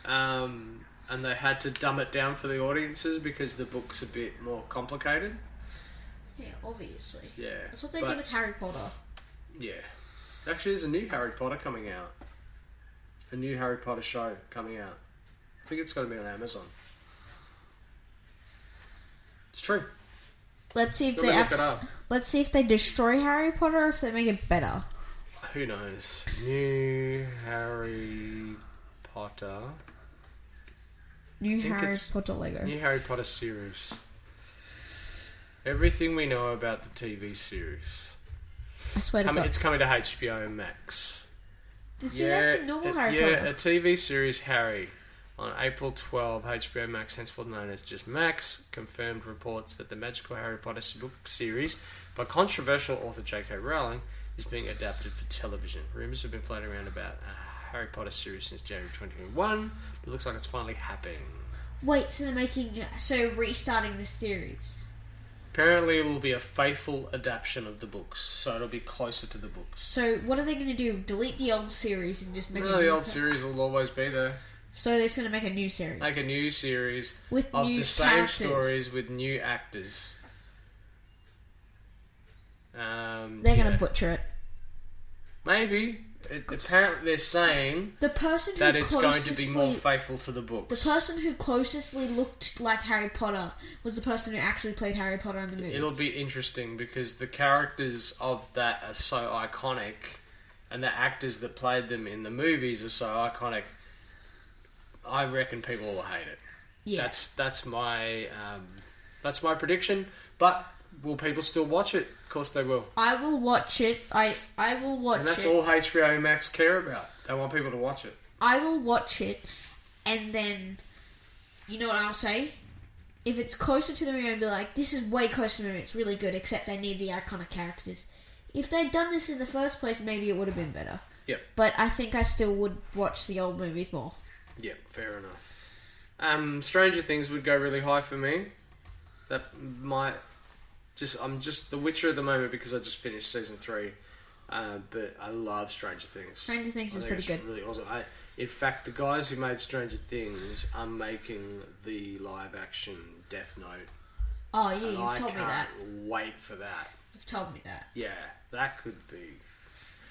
A: Um, and they had to dumb it down for the audiences because the book's a bit more complicated.
B: yeah obviously.
A: Yeah.
B: That's what they
A: but-
B: did with Harry Potter.
A: Yeah. Actually, there's a new Harry Potter coming out. A new Harry Potter show coming out. I think it's going to be on Amazon. It's true.
B: Let's see if
A: Let me
B: they
A: look
B: abs-
A: it up.
B: let's see if they destroy Harry Potter or if they make it better.
A: Who knows? New Harry Potter.
B: New
A: think
B: Harry
A: it's-
B: Potter Lego.
A: New Harry Potter series. Everything we know about the TV series.
B: I swear to
A: Coming-
B: God.
A: it's coming to HBO Max.
B: It's an actually normal
A: a-
B: Harry
A: yeah,
B: Potter.
A: a TV series Harry on April 12, HBO Max, henceforth known as just Max, confirmed reports that the magical Harry Potter s- book series by controversial author J.K. Rowling is being adapted for television. Rumors have been floating around about a Harry Potter series since January 2021, but looks like it's finally happening.
B: Wait, so they're making so restarting the series.
A: Apparently, it will be a faithful adaptation of the books, so it'll be closer to the books.
B: So what are they going to do? Delete the old series and just make a
A: No, the
B: new
A: old
B: co-
A: series will always be there.
B: So they're just going to make a new series.
A: Like a new series
B: With
A: of
B: new
A: the same
B: characters.
A: stories with new actors. Um,
B: they're
A: yeah.
B: going to butcher it.
A: Maybe. It, apparently, they're saying
B: The person who
A: that it's going to be more
B: closestly-
A: faithful to the books.
B: the person who closestly looked like Harry Potter was the person who actually played Harry Potter in the movie.
A: It'll be interesting because the characters of that are so iconic, and the actors that played them in the movies are so iconic. I reckon people will hate it.
B: yeah.
A: That's that's my um, that's my prediction. But will people still watch it? Of course they will.
B: I will watch it. I I will watch
A: And that's
B: it.
A: all HBO Max care about. They want people to watch it.
B: I will watch it, and then, you know what I'll say? If it's closer to the movie, I'll be like, this is way closer to the movie. It's really good, except I need the iconic characters. If they'd done this in the first place, maybe it would have been better.
A: Yep.
B: But I think I still would watch the old movies more.
A: Yep. Fair enough. Um, Stranger Things would go really high for me. That might just I'm just The Witcher at the moment because I just finished season three. Uh, but I love Stranger Things.
B: Stranger Things
A: I
B: is
A: think
B: pretty
A: it's
B: good.
A: Really awesome. I, in fact, the guys who made Stranger Things are making the live action Death Note.
B: Oh yeah,
A: and
B: you've
A: I
B: told
A: can't
B: me that.
A: wait for that.
B: You've told me that.
A: Yeah, that could be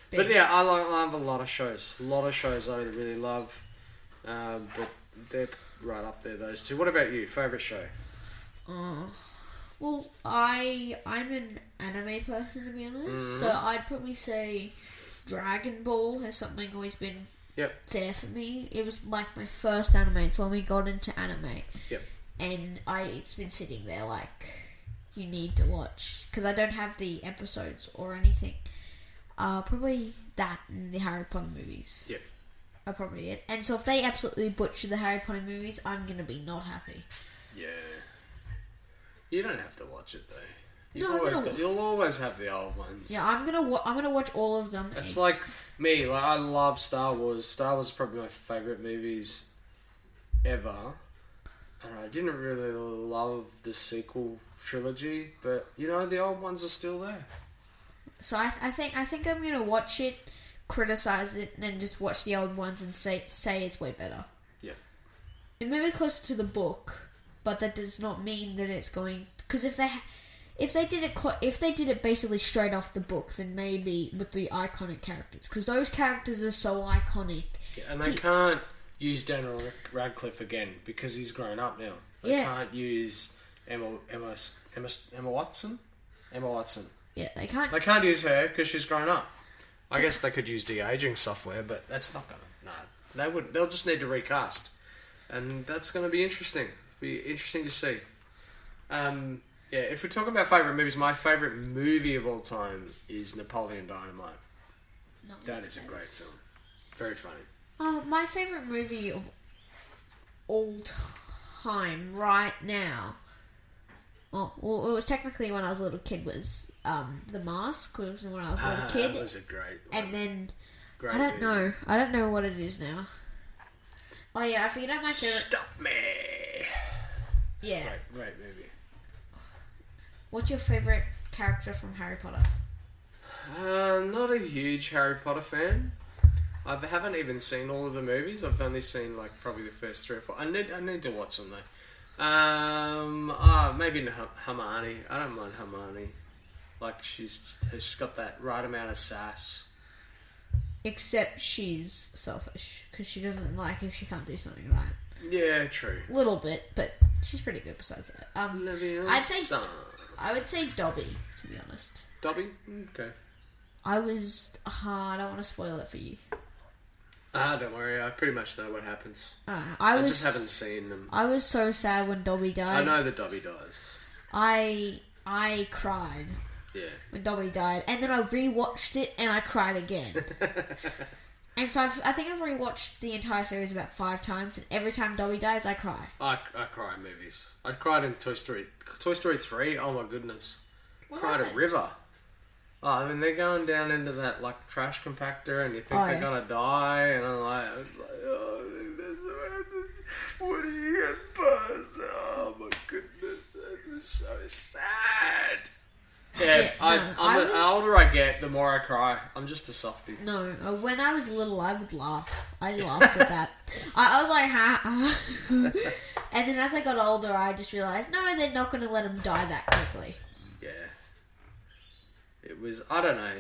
B: Big.
A: but yeah, I like I have a lot of shows. A lot of shows I really love. Um, but they're right up there, those two. What about you? Favourite show?
B: Oh. Well, I I'm an anime person to be honest, so I'd probably say Dragon Ball has something always been
A: Yep.
B: there for me. It was like my first anime. It's when we got into anime,
A: Yep.
B: and I it's been sitting there like you need to watch because I don't have the episodes or anything. Uh, probably that and the Harry Potter movies
A: Yep.
B: are probably it. And so if they absolutely butcher the Harry Potter movies, I'm gonna be not happy.
A: Yeah. You don't have to watch it though. You've
B: No, I'm
A: always
B: gonna-
A: got, you'll always have the old ones.
B: Yeah, I'm gonna wa- I'm gonna watch all of them.
A: It's
B: and-
A: like me. Like I love Star Wars. Star Wars is probably my favorite movies ever, and I didn't really love the sequel trilogy. But you know, the old ones are still there.
B: So I, I think I think I'm gonna watch it, criticize it, and then just watch the old ones and say say it's way better.
A: Yep.
B: It may be closer to the book, but that does not mean that it's going. Because if they ha- if they did it clo- if they did it basically straight off the book, then maybe with the iconic characters, because those characters are so iconic.
A: And they
B: He-
A: can't use Daniel Rad- Radcliffe again because he's grown up now. They
B: Yeah.
A: can't use Emma Emma Emma Emma Watson. Emma Watson.
B: Yeah, they can't.
A: They can't use her because she's grown up. I guess they could use de aging software, but that's not gonna. No, they would. They'll just need to recast, and that's gonna be interesting. Be interesting to see. Um, yeah, if we're talking about favorite movies, my favorite movie of all time is Napoleon Dynamite.
B: no,
A: That is a great
B: that's-
A: film. Very funny.
B: Oh, my favorite movie of all time, right now. Oh, well, it was technically when I was a little kid. Was um the Mask? It was when I was a little
A: Ah,
B: kid,
A: That was a great. one.
B: and then
A: Great
B: I don't
A: movie.
B: know. I don't know what it is now. Oh yeah, I figured out my favorite.
A: Stop me.
B: Yeah.
A: Right, right movie.
B: What's your favorite character from Harry Potter?
A: Um, not a huge Harry Potter fan. I haven't even seen all of the movies. I've only seen like probably the first three or four. I need I need to watch them though. Um, ah, maybe H- Hermione. I don't mind Hermione. Like she's she's got that right amount of sass.
B: Except she's selfish because she doesn't like if she can't do something right.
A: Yeah, true.
B: A little bit, but she's pretty good. Besides that, um, I'd say
A: Son.
B: I would say Dobby, to be honest.
A: Dobby? Okay.
B: I was. ah, I don't want to spoil it for you.
A: Ah, don't worry. I pretty much know what happens.
B: Uh, I,
A: I
B: was.
A: just haven't seen them.
B: I was so sad when Dobby
A: I
B: died.
A: know that Dobby dies.
B: I I cried
A: Yeah.
B: when Dobby died, and then I rewatched it and I
A: [LAUGHS]
B: cried again. and so I've, I think I've rewatched the entire series about five times, and every time Dobby dies, I cry.
A: I, I cry in movies. I cried in Toy Story. Toy Story 3, oh my goodness. cried a
B: happened?
A: river. Oh, I mean, they're going down into that, like, trash compactor, and you think
B: Oh,
A: they're
B: yeah.
A: going to die, and I'm like, I was like oh, this is Woody and Buzz. Oh, my goodness. That is so sad. Yeah,
B: Yeah,
A: I,
B: no,
A: I'm
B: I
A: the
B: was-
A: older I get, the more I cry. I'm just a softie.
B: No, uh, when I was little, I would laugh. I laughed
A: [LAUGHS]
B: at that. I, I was like, ha. ah." [LAUGHS] and then as I got older, I just realized, no, they're not going to let him die that quickly.
A: Yeah. It was, I don't know.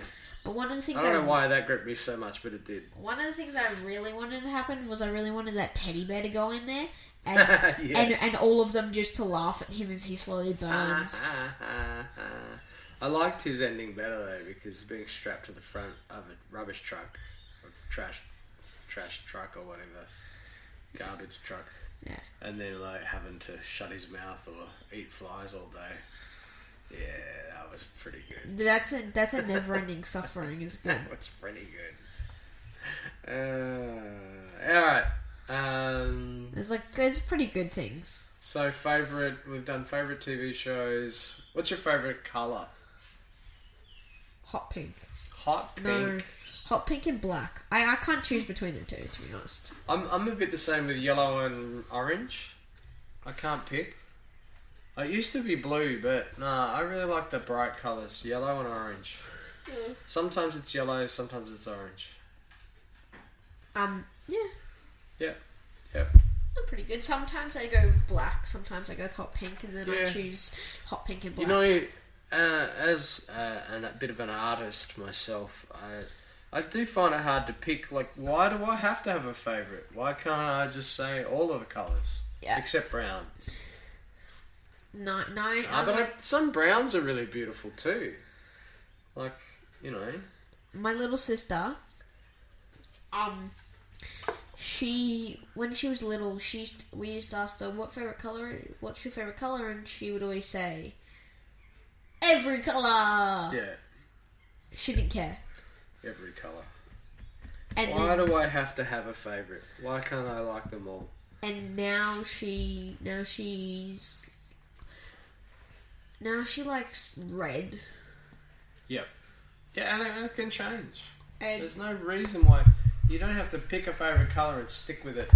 B: But one of the things
A: I
B: I,
A: don't know why that gripped me so much, but it did.
B: one of the things I really wanted to happen was I really wanted that teddy bear to go
A: [LAUGHS]
B: in there and and
A: Yes.
B: and all of them just to laugh at him as he slowly
A: Uh-huh.
B: burns.
A: [LAUGHS] I liked his ending better though because being strapped to the front of a rubbish truck, or trash, trash truck or whatever, garbage truck,
B: Yeah.
A: and then like having to shut his mouth or eat flies all day. Yeah, that was pretty good. [LAUGHS]
B: That's a that's a never ending suffering is good.
A: That was pretty good. [LAUGHS] Uh, all right. Um,
B: There's like there's pretty good things.
A: So favorite, we've done favorite TV shows. What's your favorite color?
B: Hot pink.
A: Hot pink.
B: No. Hot pink and black. I, I can't choose between the two to be honest.
A: I'm I'm a bit the same with yellow and orange. I can't pick. I used to be blue, but nah, I really like the bright colors, yellow and orange. Hmm. Sometimes it's yellow, sometimes it's orange.
B: Um yeah,
A: Yep. Yep.
B: they're pretty good. Sometimes I go black, sometimes I go with hot pink and then I
A: Yeah.
B: choose hot pink and
A: You
B: black.
A: know, uh, as uh, an, a bit of an artist myself, I I do find it hard to pick. Like, why do I have to have a favorite? Why can't I just say all of the colors
B: Yeah.
A: except brown?
B: no, no, I'm
A: Ah, but I,
B: like-
A: some browns are really beautiful too. Like, you know,
B: my little sister um she when she was little she used, we used to ask her what favorite color what's your favorite color and she would always say every color
A: yeah,
B: she didn't care
A: every color.
B: and
A: Why
B: then,
A: do I have to have a favorite? Why can't I like them all?
B: and now she now she's now she likes red
A: Yep. Yeah, and it, it can change.
B: and
A: There's no reason why you don't have to pick a favorite color and stick with it.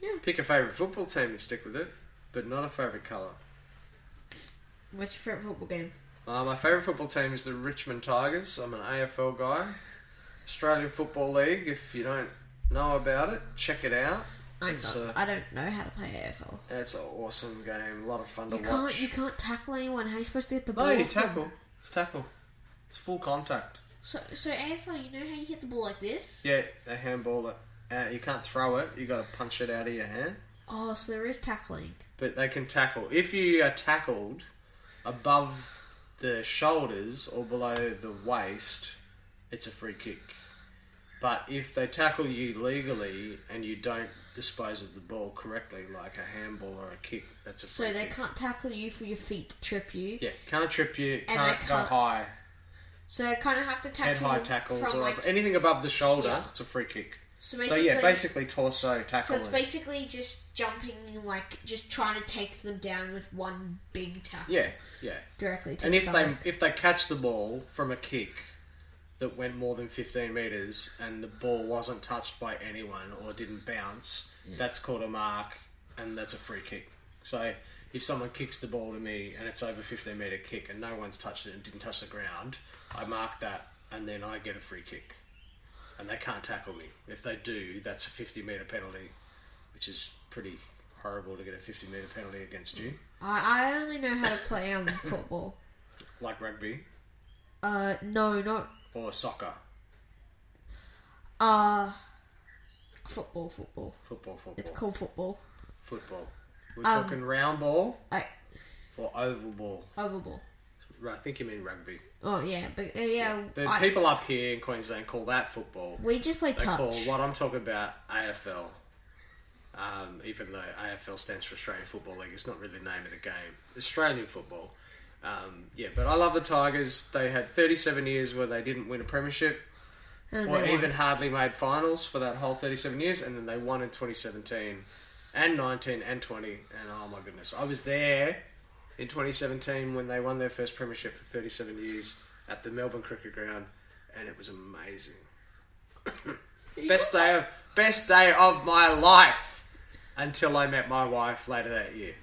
B: Yeah.
A: Pick a favorite football team and stick with it, but not a favorite color.
B: what's your favorite football game
A: Uh, my favorite football team is the Richmond Tigers. I'm an AFL guy. Australian Football League. If you don't know about it, check it out.
B: I'm
A: It's,
B: not,
A: uh,
B: I don't know how to play AFL
A: It's an awesome game. A lot of fun to
B: you
A: watch.
B: can't you can't tackle anyone how are you supposed to get the ball
A: no, you
B: off them?
A: tackle. It's tackle. It's full contact.
B: So, so AFL, you know how you hit the ball like this?
A: Yeah, they handball it. Uh, you can't throw it. You got to punch it out of your hand.
B: Oh, so there is tackling.
A: but they can tackle. If you are tackled above the shoulders or below the waist, it's a free kick. But if they tackle you legally and you don't dispose of the ball correctly, like a handball or a kick, that's a
B: So
A: free
B: they
A: kick.
B: can't tackle you for your feet to trip you.
A: yeah, can't trip you,
B: they
A: can't, go
B: can't
A: high,
B: So they kind of have to tackle
A: head high
B: you
A: tackles,
B: from
A: or
B: like.
A: anything above the shoulder,
B: Yeah.
A: it's a free kick.
B: so
A: So
B: basically,
A: yeah, basically torso
B: so
A: tackling.
B: it's basically just jumping, like just trying to take them down with one big tackle
A: yeah, yeah.
B: directly to
A: And
B: the
A: if they
B: stomach.
A: if they catch the ball from a kick that went more than fifteen meters and the ball wasn't touched by anyone or didn't bounce, that's called a mark and that's a free kick. So if someone kicks the ball to me and it's over fifteen meter kick and no one's touched it and didn't touch the ground, I mark that and then I get a free kick. And they can't tackle me. If they do, that's a fifty meter penalty, which is pretty horrible to get a fifty meter penalty against you.
B: I, I only know how to play
A: [LAUGHS]
B: um football.
A: Like rugby
B: Uh, no, not
A: or soccer.
B: uh football. Football.
A: Football, football.
B: It's called football.
A: Football. We're talking round ball,
B: I
A: or oval ball.
B: Overball.
A: Right, I think you mean rugby.
B: Oh yeah, but uh, yeah,
A: But
B: I-
A: people up here in Queensland call that football.
B: we just play
A: They call
B: touch.
A: what I'm talking about AFL. Um, even though AFL stands for Australian Football League, it's not really the name of the game. Australian football. Um, yeah, but I love the Tigers. They had 37 years where they didn't win a premiership
B: And
A: or
B: they won.
A: even hardly made finals for that whole 37 years, and then they won in 2017 and 19 and 20. And oh my goodness, I was there in 2017 when they won their first premiership for 37 years at the Melbourne Cricket Ground, and it was
B: [COUGHS]
A: amazing. best day of best day of my life until I met my wife later that year.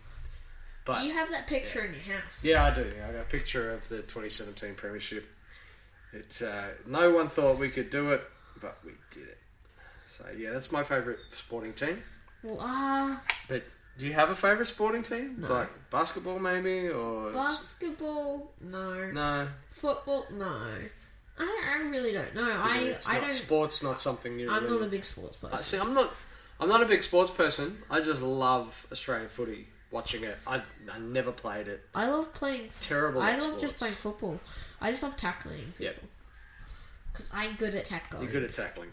A: But
B: You have that picture in your house.
A: yeah, I do. I got a picture of the 2017 Premiership. It uh, no one thought we could do it, but we did it. So yeah, that's my favourite sporting team.
B: Well, uh,
A: But do you have a favourite sporting team? Like basketball, maybe, or
B: basketball? No.
A: no?
B: Football? No. I, don't, I really don't know. I
A: it's
B: I
A: not,
B: don't.
A: sports not something you.
B: I'm
A: really-
B: not a big sports
A: Uh,
B: person.
A: See, I'm not. I'm not a big sports person. I just love Australian footy. Watching it, I, I never played it.
B: I love playing.
A: Terrible
B: I
A: at
B: love
A: sports.
B: just playing football. I just love tackling
A: Yep,
B: because I'm good at
A: you're
B: tackling.
A: good at tackling.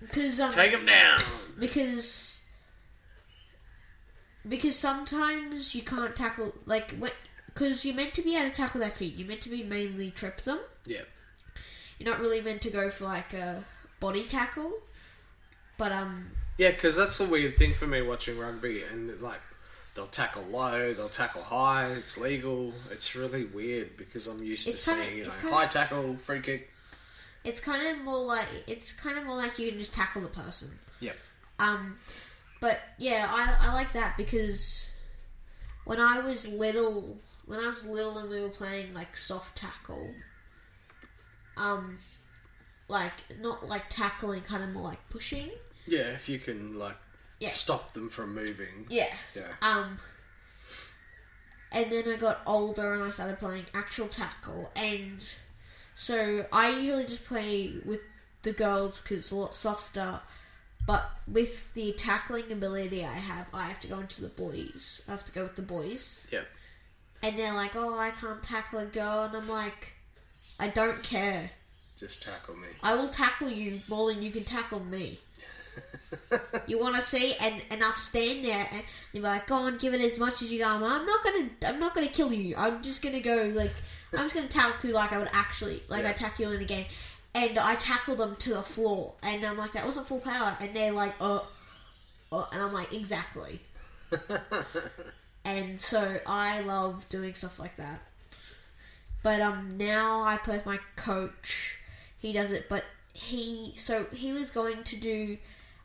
B: Because um,
A: Take him down.
B: because because sometimes you can't tackle like because you're meant to be able to tackle their feet. You're meant to be mainly trip them.
A: Yeah.
B: You're not really meant to go for like a body tackle. But um,
A: Yeah, because that's the weird thing for me watching rugby, and like they'll tackle low, they'll tackle high. It's legal. It's really weird because I'm used
B: It's
A: to
B: kinda-
A: seeing you know
B: it's kinda-
A: high tackle, free kick.
B: it's kind of more like it's kind of more like you can just tackle the person.
A: Yep.
B: Um, but yeah, I, I like that because when I was little, when I was little and we were playing like soft tackle, um, like not like tackling, kind of more like pushing.
A: Yeah, if you can like
B: Yeah.
A: stop them from moving.
B: Yeah.
A: Yeah.
B: Um, and then I got older and I started playing actual tackle, and so I usually just play with the girls because it's a lot softer. But with the tackling ability I have, I have to go into the boys. I have to go with the boys,
A: Yep.
B: and they're like, "Oh, I can't tackle a girl," and I'm like, "I don't care.
A: Just tackle me.
B: I will tackle you more than you can tackle me." You want to see, and and I'll stand there, and you're like, "Go on, give it as much as you can." I'm, like, I'm not gonna, I'm not gonna kill you. I'm just gonna go like, I'm just gonna tackle you like I would actually, like
A: Yeah.
B: I tackle you in the game, and I tackle them to the floor, and I'm like, that wasn't full power, and they're like, "Oh, oh," and I'm like,
A: [LAUGHS]
B: exactly. and so I love doing stuff like that, but um, now I play with my coach. He does it, but he so he was going to do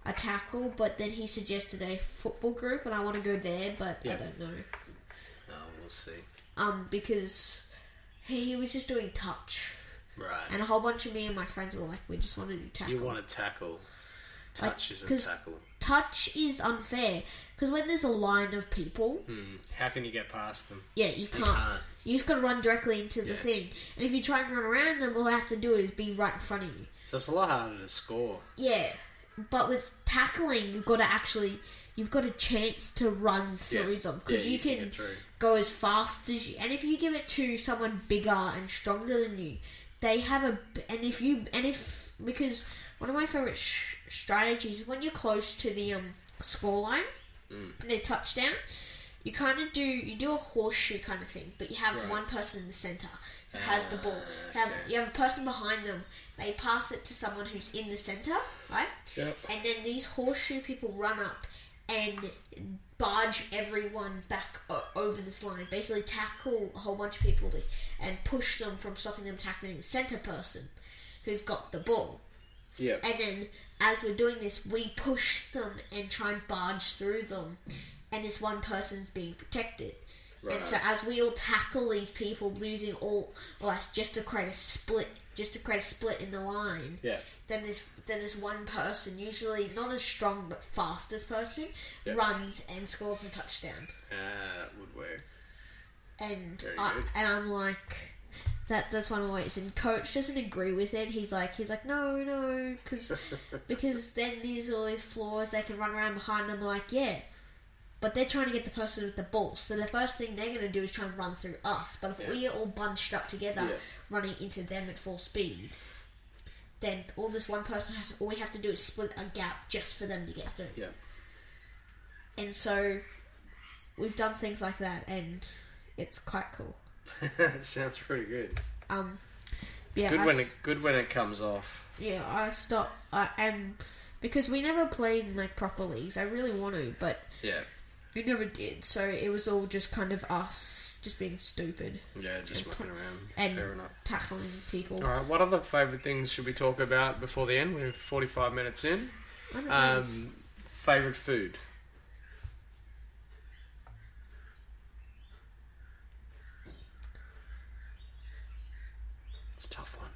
B: a tackle, but then he suggested a football group, and I want to go there, but I
A: Yeah.
B: don't know.
A: No, Oh, we'll see.
B: Um, because he, he was just doing touch,
A: Right.
B: and a whole bunch of me and my friends were like, we just want to do tackle.
A: You want to tackle.
B: Like,
A: Touch isn't
B: 'cause-
A: tackle.
B: touch is unfair because when there's a line of people,
A: Hmm. How can you get past them?
B: yeah, you
A: You
B: can't.
A: can't.
B: You just gotta run directly into the
A: Yeah.
B: thing, and if you try and run around them, all they have to do is be right in front of you.
A: So it's a lot harder to score.
B: Yeah, but with tackling, you've got to actually, you've got a chance to run through
A: Yeah.
B: them because
A: Yeah,
B: you,
A: you can
B: can
A: get through.
B: go as fast as you. And if you give it to someone bigger and stronger than you, they have a. b- And if you and if because one of my favorite sh- strategies is when you're close to the um score line
A: Mm.
B: and they touchdown. You kind of do you do a horseshoe kind of thing, but you have
A: Right.
B: one person in the center who has the ball.
A: Ah,
B: You have
A: okay.
B: you have a person behind them. They pass it to someone who's in the center, right?
A: Yep.
B: And then these horseshoe people run up and barge everyone back o- over this line. Basically, tackle a whole bunch of people to- and push them from stopping them tackling the center person who's got the ball.
A: Yep.
B: And then, as we're doing this, we push them and try and barge through them, and this one person's being protected. And so,
A: Right.
B: as we all tackle these people, losing all, well, that's just to create a split, just to create a split in the line.
A: Yeah.
B: Then this, then this one person, usually not as strong but fastest person,
A: Yeah.
B: runs and scores a touchdown.
A: Ah, that would work. [LAUGHS]
B: And
A: Very
B: I,
A: good.
B: and I'm like, that that's one of the ways. And coach doesn't agree with it. He's like, he's like, no, no, because because then there's all these floors. They can run around behind them. Like, yeah, But they're trying to get the person with the ball. So the first thing they're going to do is try and run through us. But if
D: Yeah.
B: we're all bunched up together,
D: Yeah.
B: running into them at full speed, then all this one person has. All we have to do is split a gap just for them to get through.
D: Yeah.
B: And so we've done things like that, and it's quite cool.
A: [LAUGHS]
D: that sounds pretty good.
B: Um, yeah,
D: Good
B: I
D: when
B: s-
D: it good when it comes off.
B: Yeah, I stopped. I am because we never played in like proper leagues. I really want to, but
D: Yeah.
B: we never did. So it was all just kind of us just being stupid
D: Yeah, just
B: And
D: mucking around.
B: and
D: Fair enough.
B: tackling people.
A: All right. What other favourite things should we talk about before the end? We're forty-five minutes in.
B: I don't know.
A: Um,
D: Favorite food. It's a tough one.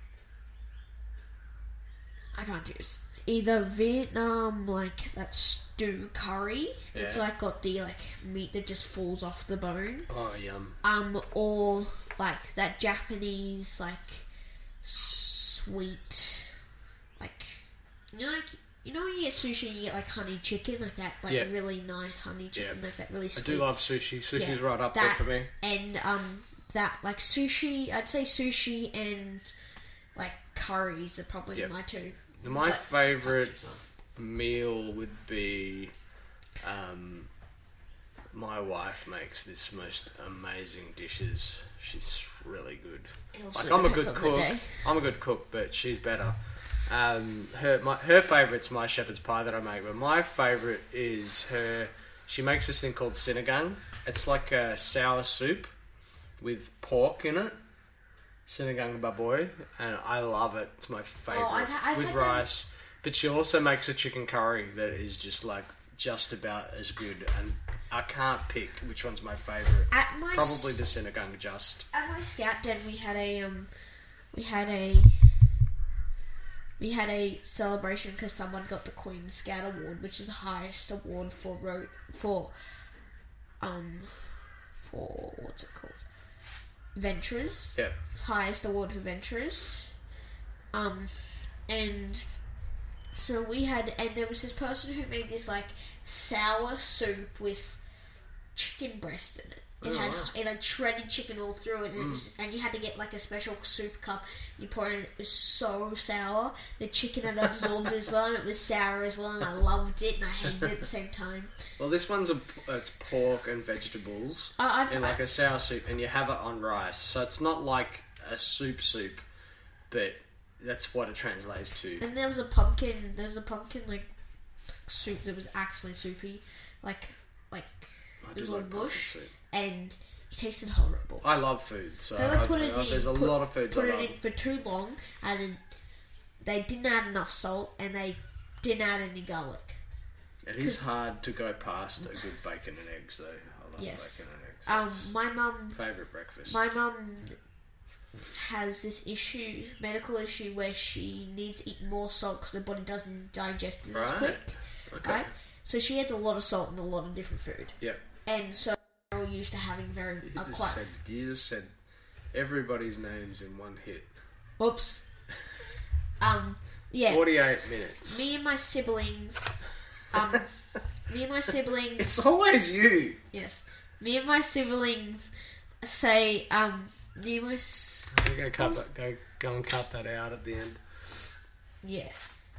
B: I can't choose. Either Vietnam like that stew curry that's
D: Yeah.
B: like got the like meat that just falls off the bone.
D: Oh, yum.
B: um, or like that Japanese like sweet, like you know, like you know when you get sushi and you get like honey chicken, like that, like
A: Yeah.
B: really nice honey chicken,
D: Yeah.
B: like that really
A: I
B: sweet.
A: do love sushi. Sushi's
B: Yeah,
A: right up
B: that
A: there for me.
B: And um, that like sushi, I'd say sushi and like curries are probably
A: Yeah.
B: my two.
A: My
B: But-
A: favourite meal would be um, my wife makes this most amazing dishes. She's really good.
B: It also
A: Like I'm a
B: depends
A: good
B: on the
A: cook.
B: day.
A: I'm a good cook, but she's better. Um, her my, her favourite's my shepherd's pie that I make, but my favourite is her. She makes this thing called sinigang. It's like a sour soup with pork in it. Sinigang baboy, and I love it. It's my favorite
B: Oh, I've ha- I've
A: with
B: had that.
A: rice. But she also makes a chicken curry that is just like just about as good. And I can't pick which one's my favorite.
B: At my
A: Probably the sinigang. Just
B: at my scout den we had a um we had a we had a celebration because someone got the Queen Scout Award, which is the highest award for road for um for what's it called ventures
A: yeah,
B: highest award for ventures um and so we had and there was this person who made this like sour soup with chicken breast in it. It
A: Oh,
B: had
A: wow. Mm.
B: it had shredded chicken all through it, and, it was, and you had to get like a special soup cup. You poured it. in, It was so sour. The chicken had absorbed as well, and it was sour as well. And I loved it, and I hated it at the same time.
A: Well, this one's a, it's pork and vegetables
B: I, I've,
A: in
B: I-
A: like a sour soup, and you have it on rice. So it's not like a soup soup, but that's what it translates to.
B: and there was a pumpkin. There was a pumpkin like soup that was actually soupy, like like
A: I
B: it
A: do
B: was all
A: like pumpkin
B: bush,
A: soup.
B: and it tasted horrible.
A: I love food, so
B: They would
A: I-
B: put it
A: I-
B: in.
A: Uh, there's a
B: put,
A: lot of foods
B: Put
A: I
B: it
A: love.
B: in for too long, and then they didn't add enough salt, and they didn't add any garlic.
A: It is hard to go past a good bacon and eggs, though. I love
B: Yes.
A: bacon and eggs.
B: Um,
A: That's
B: my mum,
A: favorite breakfast.
B: my mum has this issue, medical issue, where she needs to eat more salt because the body doesn't digest it as
A: Right.
B: quick.
A: okay.
B: Right. So she adds a lot of salt in a lot of different food,
A: Yeah.
B: and so we're all used to having very
A: You
B: uh,
A: just
B: quite.
A: said you just said everybody's names in one hit.
B: Oops. Um. Yeah.
A: Forty-eight minutes.
B: me and my siblings um me and
A: [LAUGHS]
B: my siblings
A: It's always you.
B: yes me and my siblings say um me and my s-
A: We're gonna cut that. Go go and cut that out at the end.
B: yeah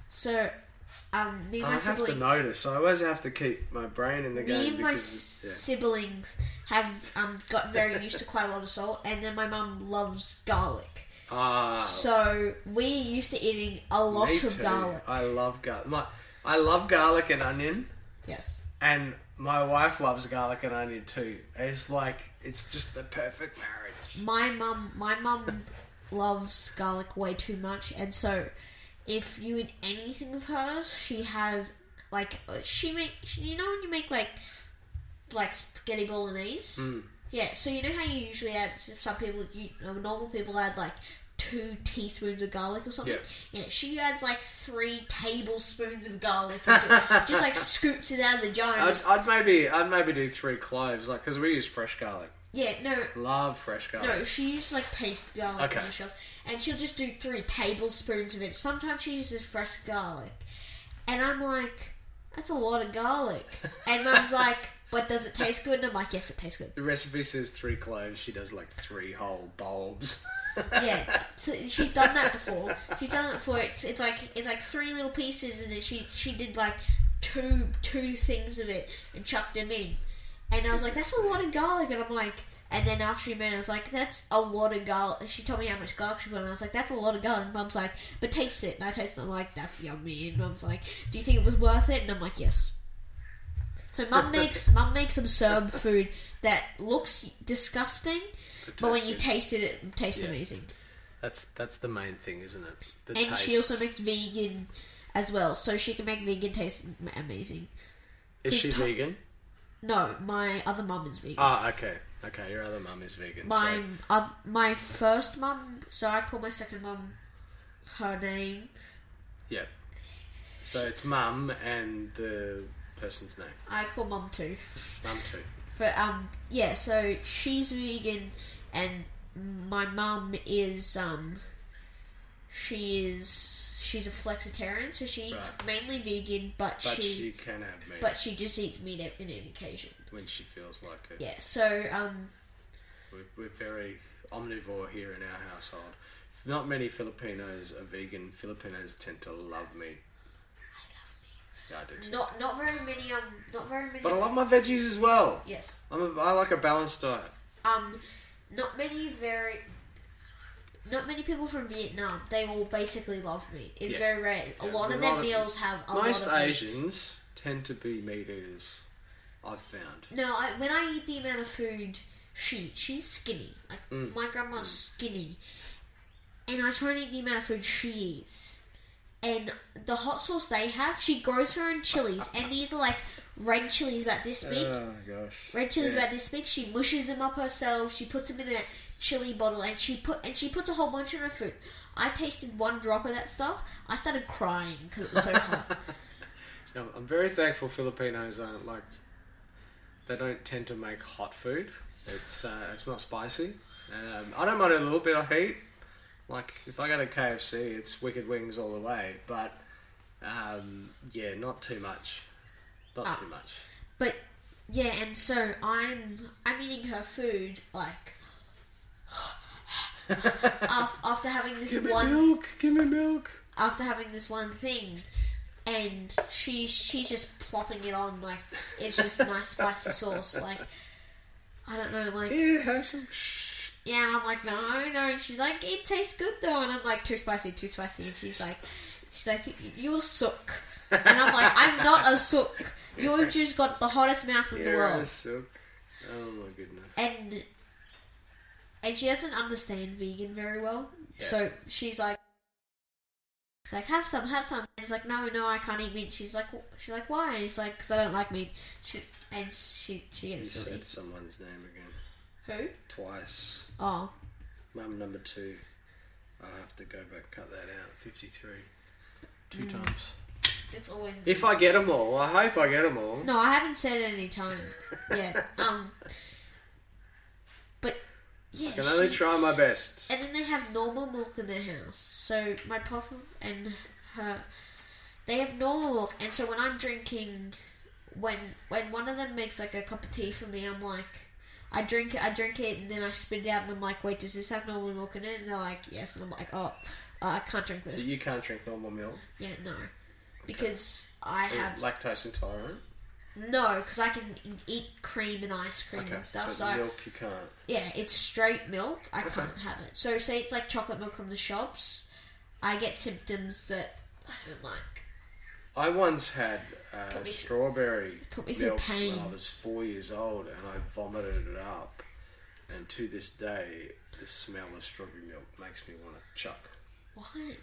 B: so um me and
A: I
B: my
A: have to
B: siblings
A: notice. I always have to keep my brain in the game
B: me and my
A: because it's-
B: siblings have um gotten very used to quite a lot of salt and then my mum loves garlic
A: yeah. Ah,
B: so we're used to eating a lot
A: me
B: of
A: too.
B: garlic
A: I love garlic. My, I love garlic and onion.
B: yes
A: And my wife loves garlic and onion too. It's like it's just the perfect marriage.
B: my mum my mum loves garlic way too much and so if you eat anything of hers she has like uh, she make she, you know when you make like like spaghetti bolognese yeah so you know how you usually add some people you uh, normal people add like two teaspoons of garlic or something yeah, she adds like three tablespoons of garlic into it. just like scoops it out of the jar and
A: I'd,
B: just,
A: I'd maybe I'd maybe do three cloves, like because we use fresh garlic.
B: yeah no
A: Love fresh garlic.
B: No, she used like paste garlic
A: Okay.
B: on the shelf, and she'll just do three tablespoons of it. Sometimes she uses fresh garlic, and I'm like, that's a lot of garlic. And Mum's like, but does it taste good? And I'm like, yes, it tastes good.
A: The recipe says three cloves. She does like three whole bulbs. [LAUGHS]
B: Yeah, so she's done that before. She's done it before. It's it's like it's like three little pieces, and then she she did like two two things of it and chucked them in. And I was like, that's a lot of garlic. And I'm like, and then after she made, it, I was like, that's a lot of garlic. She told me how much garlic she put, and I was like, that's a lot of garlic. And Mum's like, but taste it. And I taste it. And I'm like, that's yummy. And Mum's like, do you think it was worth it? And I'm like, yes. So mum makes mum makes some Serb food that looks disgusting, but when you
A: tastes
B: taste it, it tastes
E: Yeah.
B: amazing.
E: That's that's the main thing, isn't it? The
B: And she also makes vegan as well, so she can make vegan taste m- amazing.
E: is she
B: she's t-
E: vegan?
B: No, my other mum is vegan.
E: Ah, okay, okay. Your other mum is vegan.
B: my
E: so
B: oth- my first mum, so I call my second mum her name.
E: yeah.
A: So it's mum and the person's name.
B: I call mum too.
A: Mum too.
B: But um, yeah, so she's vegan, and my mum is um, she is she's a flexitarian, so she eats
A: Right.
B: mainly vegan, but,
A: But
B: she,
A: she, can have meat
B: but she just eats meat in an occasion.
A: when she feels like it.
B: Yeah, so um,
A: We're, we're very omnivore here in our household. Not many Filipinos are vegan. Filipinos tend to love meat.
B: I love meat.
A: Yeah, I do too.
B: Not not very many um, not very many.
A: But I love my veggies as well.
B: yes,
A: I'm a, I like a balanced diet.
B: um, not many very. Not many people from Vietnam. They all basically love meat. It's
A: Yeah.
B: very rare. A
A: Yeah,
B: lot
A: a
B: of their
A: lot of-
B: meals have a
A: Most
B: lot of meat.
A: Asians tend to be meat eaters. I've found.
B: No, I, when I eat the amount of food she she's skinny. Like
A: Mm.
B: my grandma's skinny, and I try and eat the amount of food she eats. And the hot sauce they have, she grows her own chilies, and these are like red chilies about this big.
A: Uh. gosh.
B: Red chilies
A: Yeah.
B: about this big. She mushes them up herself. She puts them in a chili bottle, and she put and she puts a whole bunch in her food. I tasted one drop of that stuff. I started crying because it was so
A: [LAUGHS]
B: hot.
A: I'm, I'm very thankful Filipinos aren't like they don't tend to make hot food. It's uh, it's not spicy. Um, I don't mind a little bit of heat. Like if I go to KFC, it's wicked wings all the way. But um, yeah, not too much. Not
B: Ah.
A: too much.
B: But yeah, and so I'm I'm eating her food
A: [LAUGHS]
B: like af- after having this
A: Give me
B: one
A: milk. Give me milk.
B: after having this one thing, and she she's just plopping it on like it's just nice spicy sauce like. I don't know, like
A: Yeah, have some. Shh.
B: yeah, and I'm like no, no. And she's like it tastes good though, and I'm like too spicy, too spicy. And she's like, she's like "You- you're a sook, and I'm like I'm not a sook. You've just got the hottest mouth in the
A: You're a
B: world.
A: sook. Oh my goodness.
B: and and she doesn't understand vegan very well.
A: Yeah.
B: So she's like, she's like, have some, have some. And he's like, no, no, I can't eat meat. She's like, "Wh- she's like, why? And he's like, because I don't like meat. She, and she she
A: You
B: gets really
A: said someone's name again
B: who?
A: twice.
B: Oh,
A: Mum number two. I have to go back cut that out. Fifty three. Two
B: Mm.
A: times.
B: it's always
A: If I get them all, I hope I get them all.
B: no. I haven't said it any time
A: [LAUGHS]
B: yet. Um, but yeah,
A: I can only
B: she-
A: try my best.
B: And then they have normal milk in their house. So my papa and her, they have normal milk. And so when I'm drinking, when when one of them makes like a cup of tea for me, I'm like, I drink it, I drink it, and then I spit it out, and I'm like, wait, does this have normal milk in it? And they're like, yes, and I'm like, oh, uh, I can't drink
A: So
B: this.
A: you can't drink normal milk.
B: yeah, no, because I
A: You're
B: have
A: Lactose intolerant.
B: no, because I can eat cream and ice cream
A: Okay.
B: and Mm, stuff.
A: But
B: So I,
A: milk you can't.
B: Yeah, it's straight milk. I can't have it. So say it's like chocolate milk from the shops. I get symptoms that I don't like.
A: I once had uh,
B: Put me-
A: strawberry
B: put me through
A: milk when
B: pain.
A: I was four years old, and I vomited it up. And to this day, the smell of strawberry milk makes me want to chuck.
B: Why?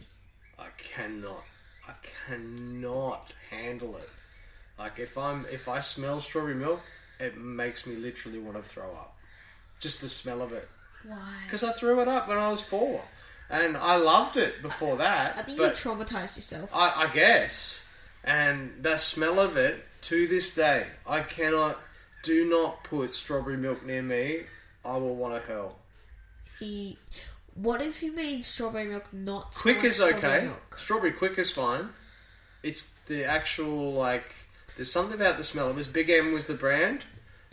A: I cannot, I cannot handle it. Like if I'm, if I smell strawberry milk, it makes me literally want to throw up. Just the smell of it,
B: Why?
A: because I threw it up when I was four, and I loved it before that.
B: I think you
A: but
B: traumatized yourself.
A: I, I guess, and the smell of it to this day, I cannot. Do not put strawberry milk near me. I will want to hurl.
B: He. What if you made strawberry milk not
A: Quick
B: spiked
A: is
B: strawberry
A: okay.
B: milk?
A: Strawberry quick is fine. It's the actual like. There's something about the smell. It was Big M was the brand,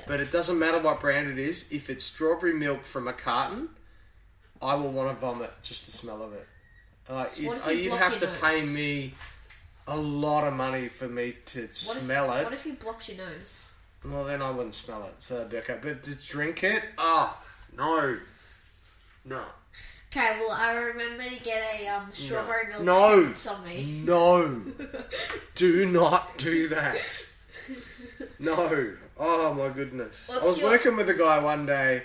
A: But it doesn't matter what brand it is. If it's strawberry milk from a carton, I will want to vomit just the smell of it. Like,
B: So what if
A: it-
B: you
A: you'd
B: block
A: have to
B: your
A: pay
B: nose?
A: me a lot of money for me to
B: What if,
A: smell it.
B: What if you blocked your nose?
A: Well, then I wouldn't smell it, so that'd be okay. But to drink it, oh no, no,
B: Okay, well, I remember to get a um, strawberry milk
A: No.
B: sentence on me. [LAUGHS]
A: no! do not do that. No. Oh my goodness.
B: What's
A: I was
B: your-
A: working with a guy one day,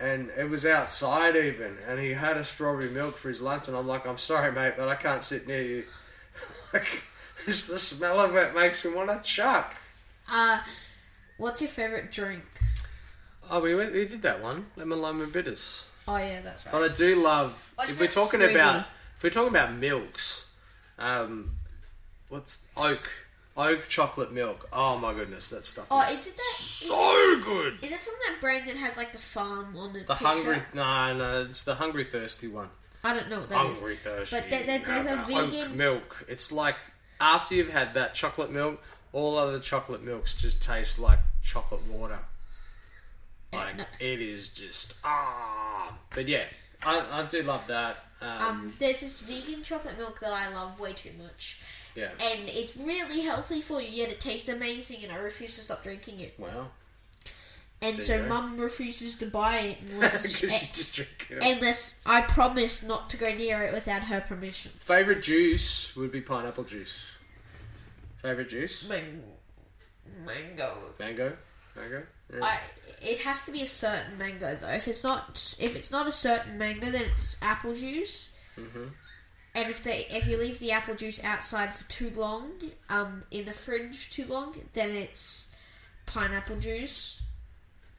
A: and it was outside even, and he had a strawberry milk for his lunch, and I'm like, I'm sorry, mate, but I can't sit near you. [LAUGHS] like, just the smell of it makes me want to chuck.
B: Uh, what's your favourite drink?
A: Oh, we, went, we did that one, lemon lime and bitters.
B: Oh, yeah, that's right.
A: But I do love
B: What
A: if
B: if
A: we're
B: it's
A: talking
B: smoothie?
A: about if we're talking about milks, um, what's oak oak chocolate milk? Oh my goodness, that stuff
B: Oh,
A: is
B: is it that?
A: so good.
B: Is it from that brand that has like the farm on the,
A: The
B: picture?
A: hungry no no, it's the hungry thirsty one.
B: I don't know what that is.
A: Hungry thirsty.
B: But there- there- there's a
A: no, no, oak
B: vegan-
A: milk. It's like after you've had that chocolate milk, all other chocolate milks just taste like chocolate water.
B: Uh,
A: Like
B: no.
A: it is just ah. But yeah, I, I do love that.
B: Um, there's this vegan chocolate milk that I love way too much,
A: yeah.
B: and it's really healthy for you. Yet it tastes amazing, and I refuse to stop drinking it.
A: Wow. [LAUGHS] There
B: And
A: you
B: so
A: go.
B: mum refuses to
A: [LAUGHS]
B: buy it unless,
A: Because you
B: eh,
A: just drink it.
B: unless I promise not to go near it without her permission.
A: Favorite juice would be pineapple juice. Favorite juice?
B: Mango. Mango.
A: Mango. Mango. Yeah.
B: I, it has to be a certain mango though. If it's not, if it's not a certain mango, then it's apple juice.
A: Mm-hmm.
B: And if they, if you leave the apple juice outside for too long, um, in the fridge too long, then it's pineapple juice.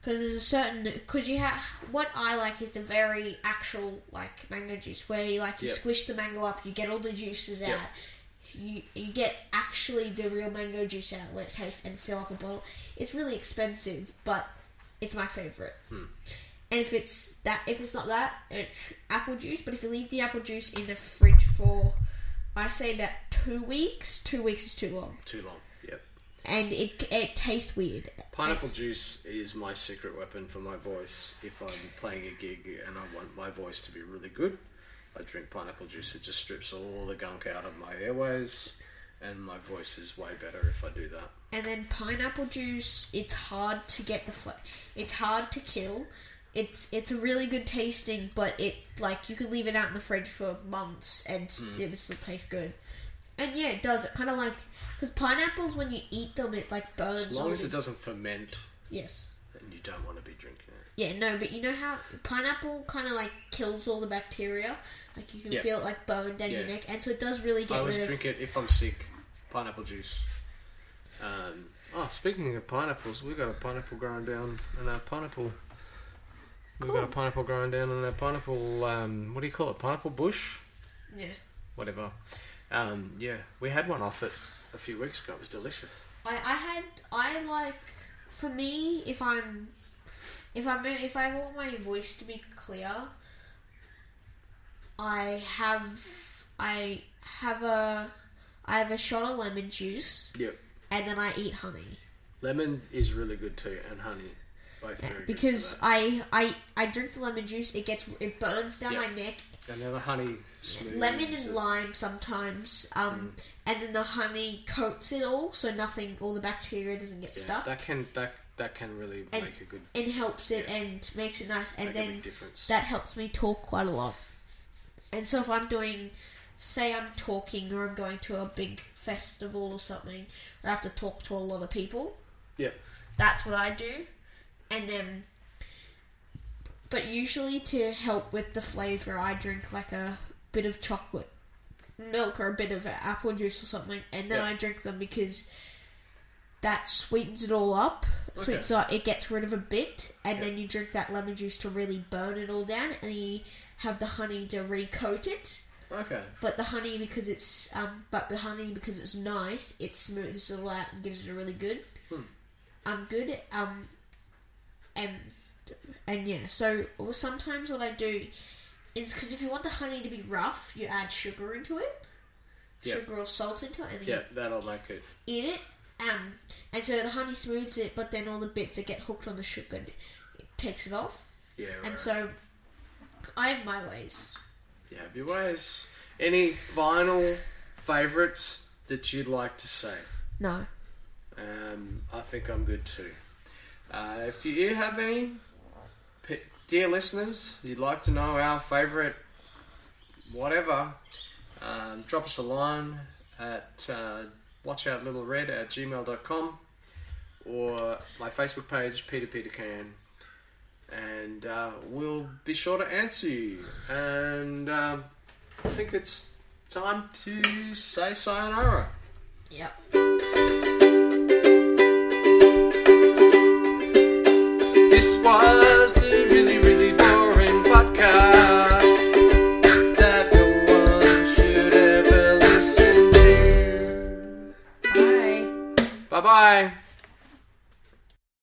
B: Because there's a certain, because you have what I like is the very actual like mango juice where you like you
A: Yep.
B: squish the mango up, you get all the juices out.
A: Yep.
B: You, you get actually the real mango juice out where it tastes and fill up a bottle. It's really expensive, but it's my favorite. And if it's that, if it's not that, it's apple juice. But if you leave the apple juice in the fridge for, I say about two weeks. Two weeks is too long,
A: Too long. Yep.
B: and it it tastes weird.
A: Pineapple juice is my secret weapon for my voice. If I'm playing a gig and I want my voice to be really good, I drink pineapple juice. It just strips all the gunk out of my airways, and my voice is way better if I do that.
B: and then pineapple juice it's hard to get the flavor it's hard to kill it's it's a really good tasting but it like you could leave it out in the fridge for months and s
A: Hmm.
B: it would still taste good and yeah it does it kind of like because pineapples when you eat them it like burns
A: As long
B: all
A: as
B: the-
A: it doesn't ferment,
B: yes
A: then you don't want to be drinking it.
B: yeah no but you know how pineapple kind of like kills all the bacteria like you can
A: Yeah.
B: feel it like bone down your
A: Yeah.
B: neck and so it does really
A: I
B: get
A: always
B: rid
A: drink
B: of
A: it if I'm sick. Pineapple juice. Um, oh, speaking of pineapples, we've got a pineapple growing down in our pineapple. We've got a
B: Cool.
A: pineapple growing down in our pineapple. Um, what do you call it? Pineapple bush?
B: yeah
A: Whatever. Um, yeah, we had one off it a few weeks ago. It was delicious.
B: I, I had I like for me if I'm if I'm if I want my voice to be clear, I have I have a I have a shot of lemon juice
A: Yep.
B: and then I eat honey
A: Lemon is really good too, and honey. Both very
B: because
A: good for
B: I I I drink the lemon juice. It gets it burns down
A: Yeah.
B: my neck.
A: that. And now the honey smooth.
B: Lemon and lime sometimes, um,
A: Mm.
B: and then the honey coats it all, so nothing, all the bacteria doesn't get stuck.
A: That can that that can really
B: And-
A: make a good
B: and helps it
A: Yeah.
B: and makes it nice and
A: make a
B: then
A: big difference.
B: that helps me talk quite a lot and so if i'm doing say i'm talking or i'm going to a big festival or something i have to talk to a lot of people
A: yep.
B: that's what i do and then but usually to help with the flavor i drink like a bit of chocolate milk or a bit of apple juice or something and then
A: Yeah.
B: i drink them because that sweetens it all up. Sweetens it up. It gets rid of a bit, and then you drink that lemon juice to really burn it all down, and you have the honey to recoat it.
A: Okay.
B: But the honey, because it's um, but the honey because it's nice, it smooths it all out and gives it a really good,
A: Hmm.
B: um, good um, and and yeah. So well, sometimes what I do is because if you want the honey to be rough, you add sugar into it,
A: Yeah.
B: sugar or salt into it, and then you
A: Yeah, that'll make it
B: eat it Um, and so the honey smooths it, but then all the bits that get hooked on the sugar it takes it off.
A: Yeah, right.
B: And so I have my ways.
A: yeah, be ways. Any final favourites that you'd like to say?
B: No.
A: Um, I think I'm good too. Uh, if you have any, p- dear listeners, you'd like to know our favourite whatever, um, drop us a line at uh, watchoutlittlered at gmail.com or my Facebook page, Peter Peter Can. And uh, we'll be sure to answer you. And um, I think it's time to say sayonara.
B: Yep.
A: This was the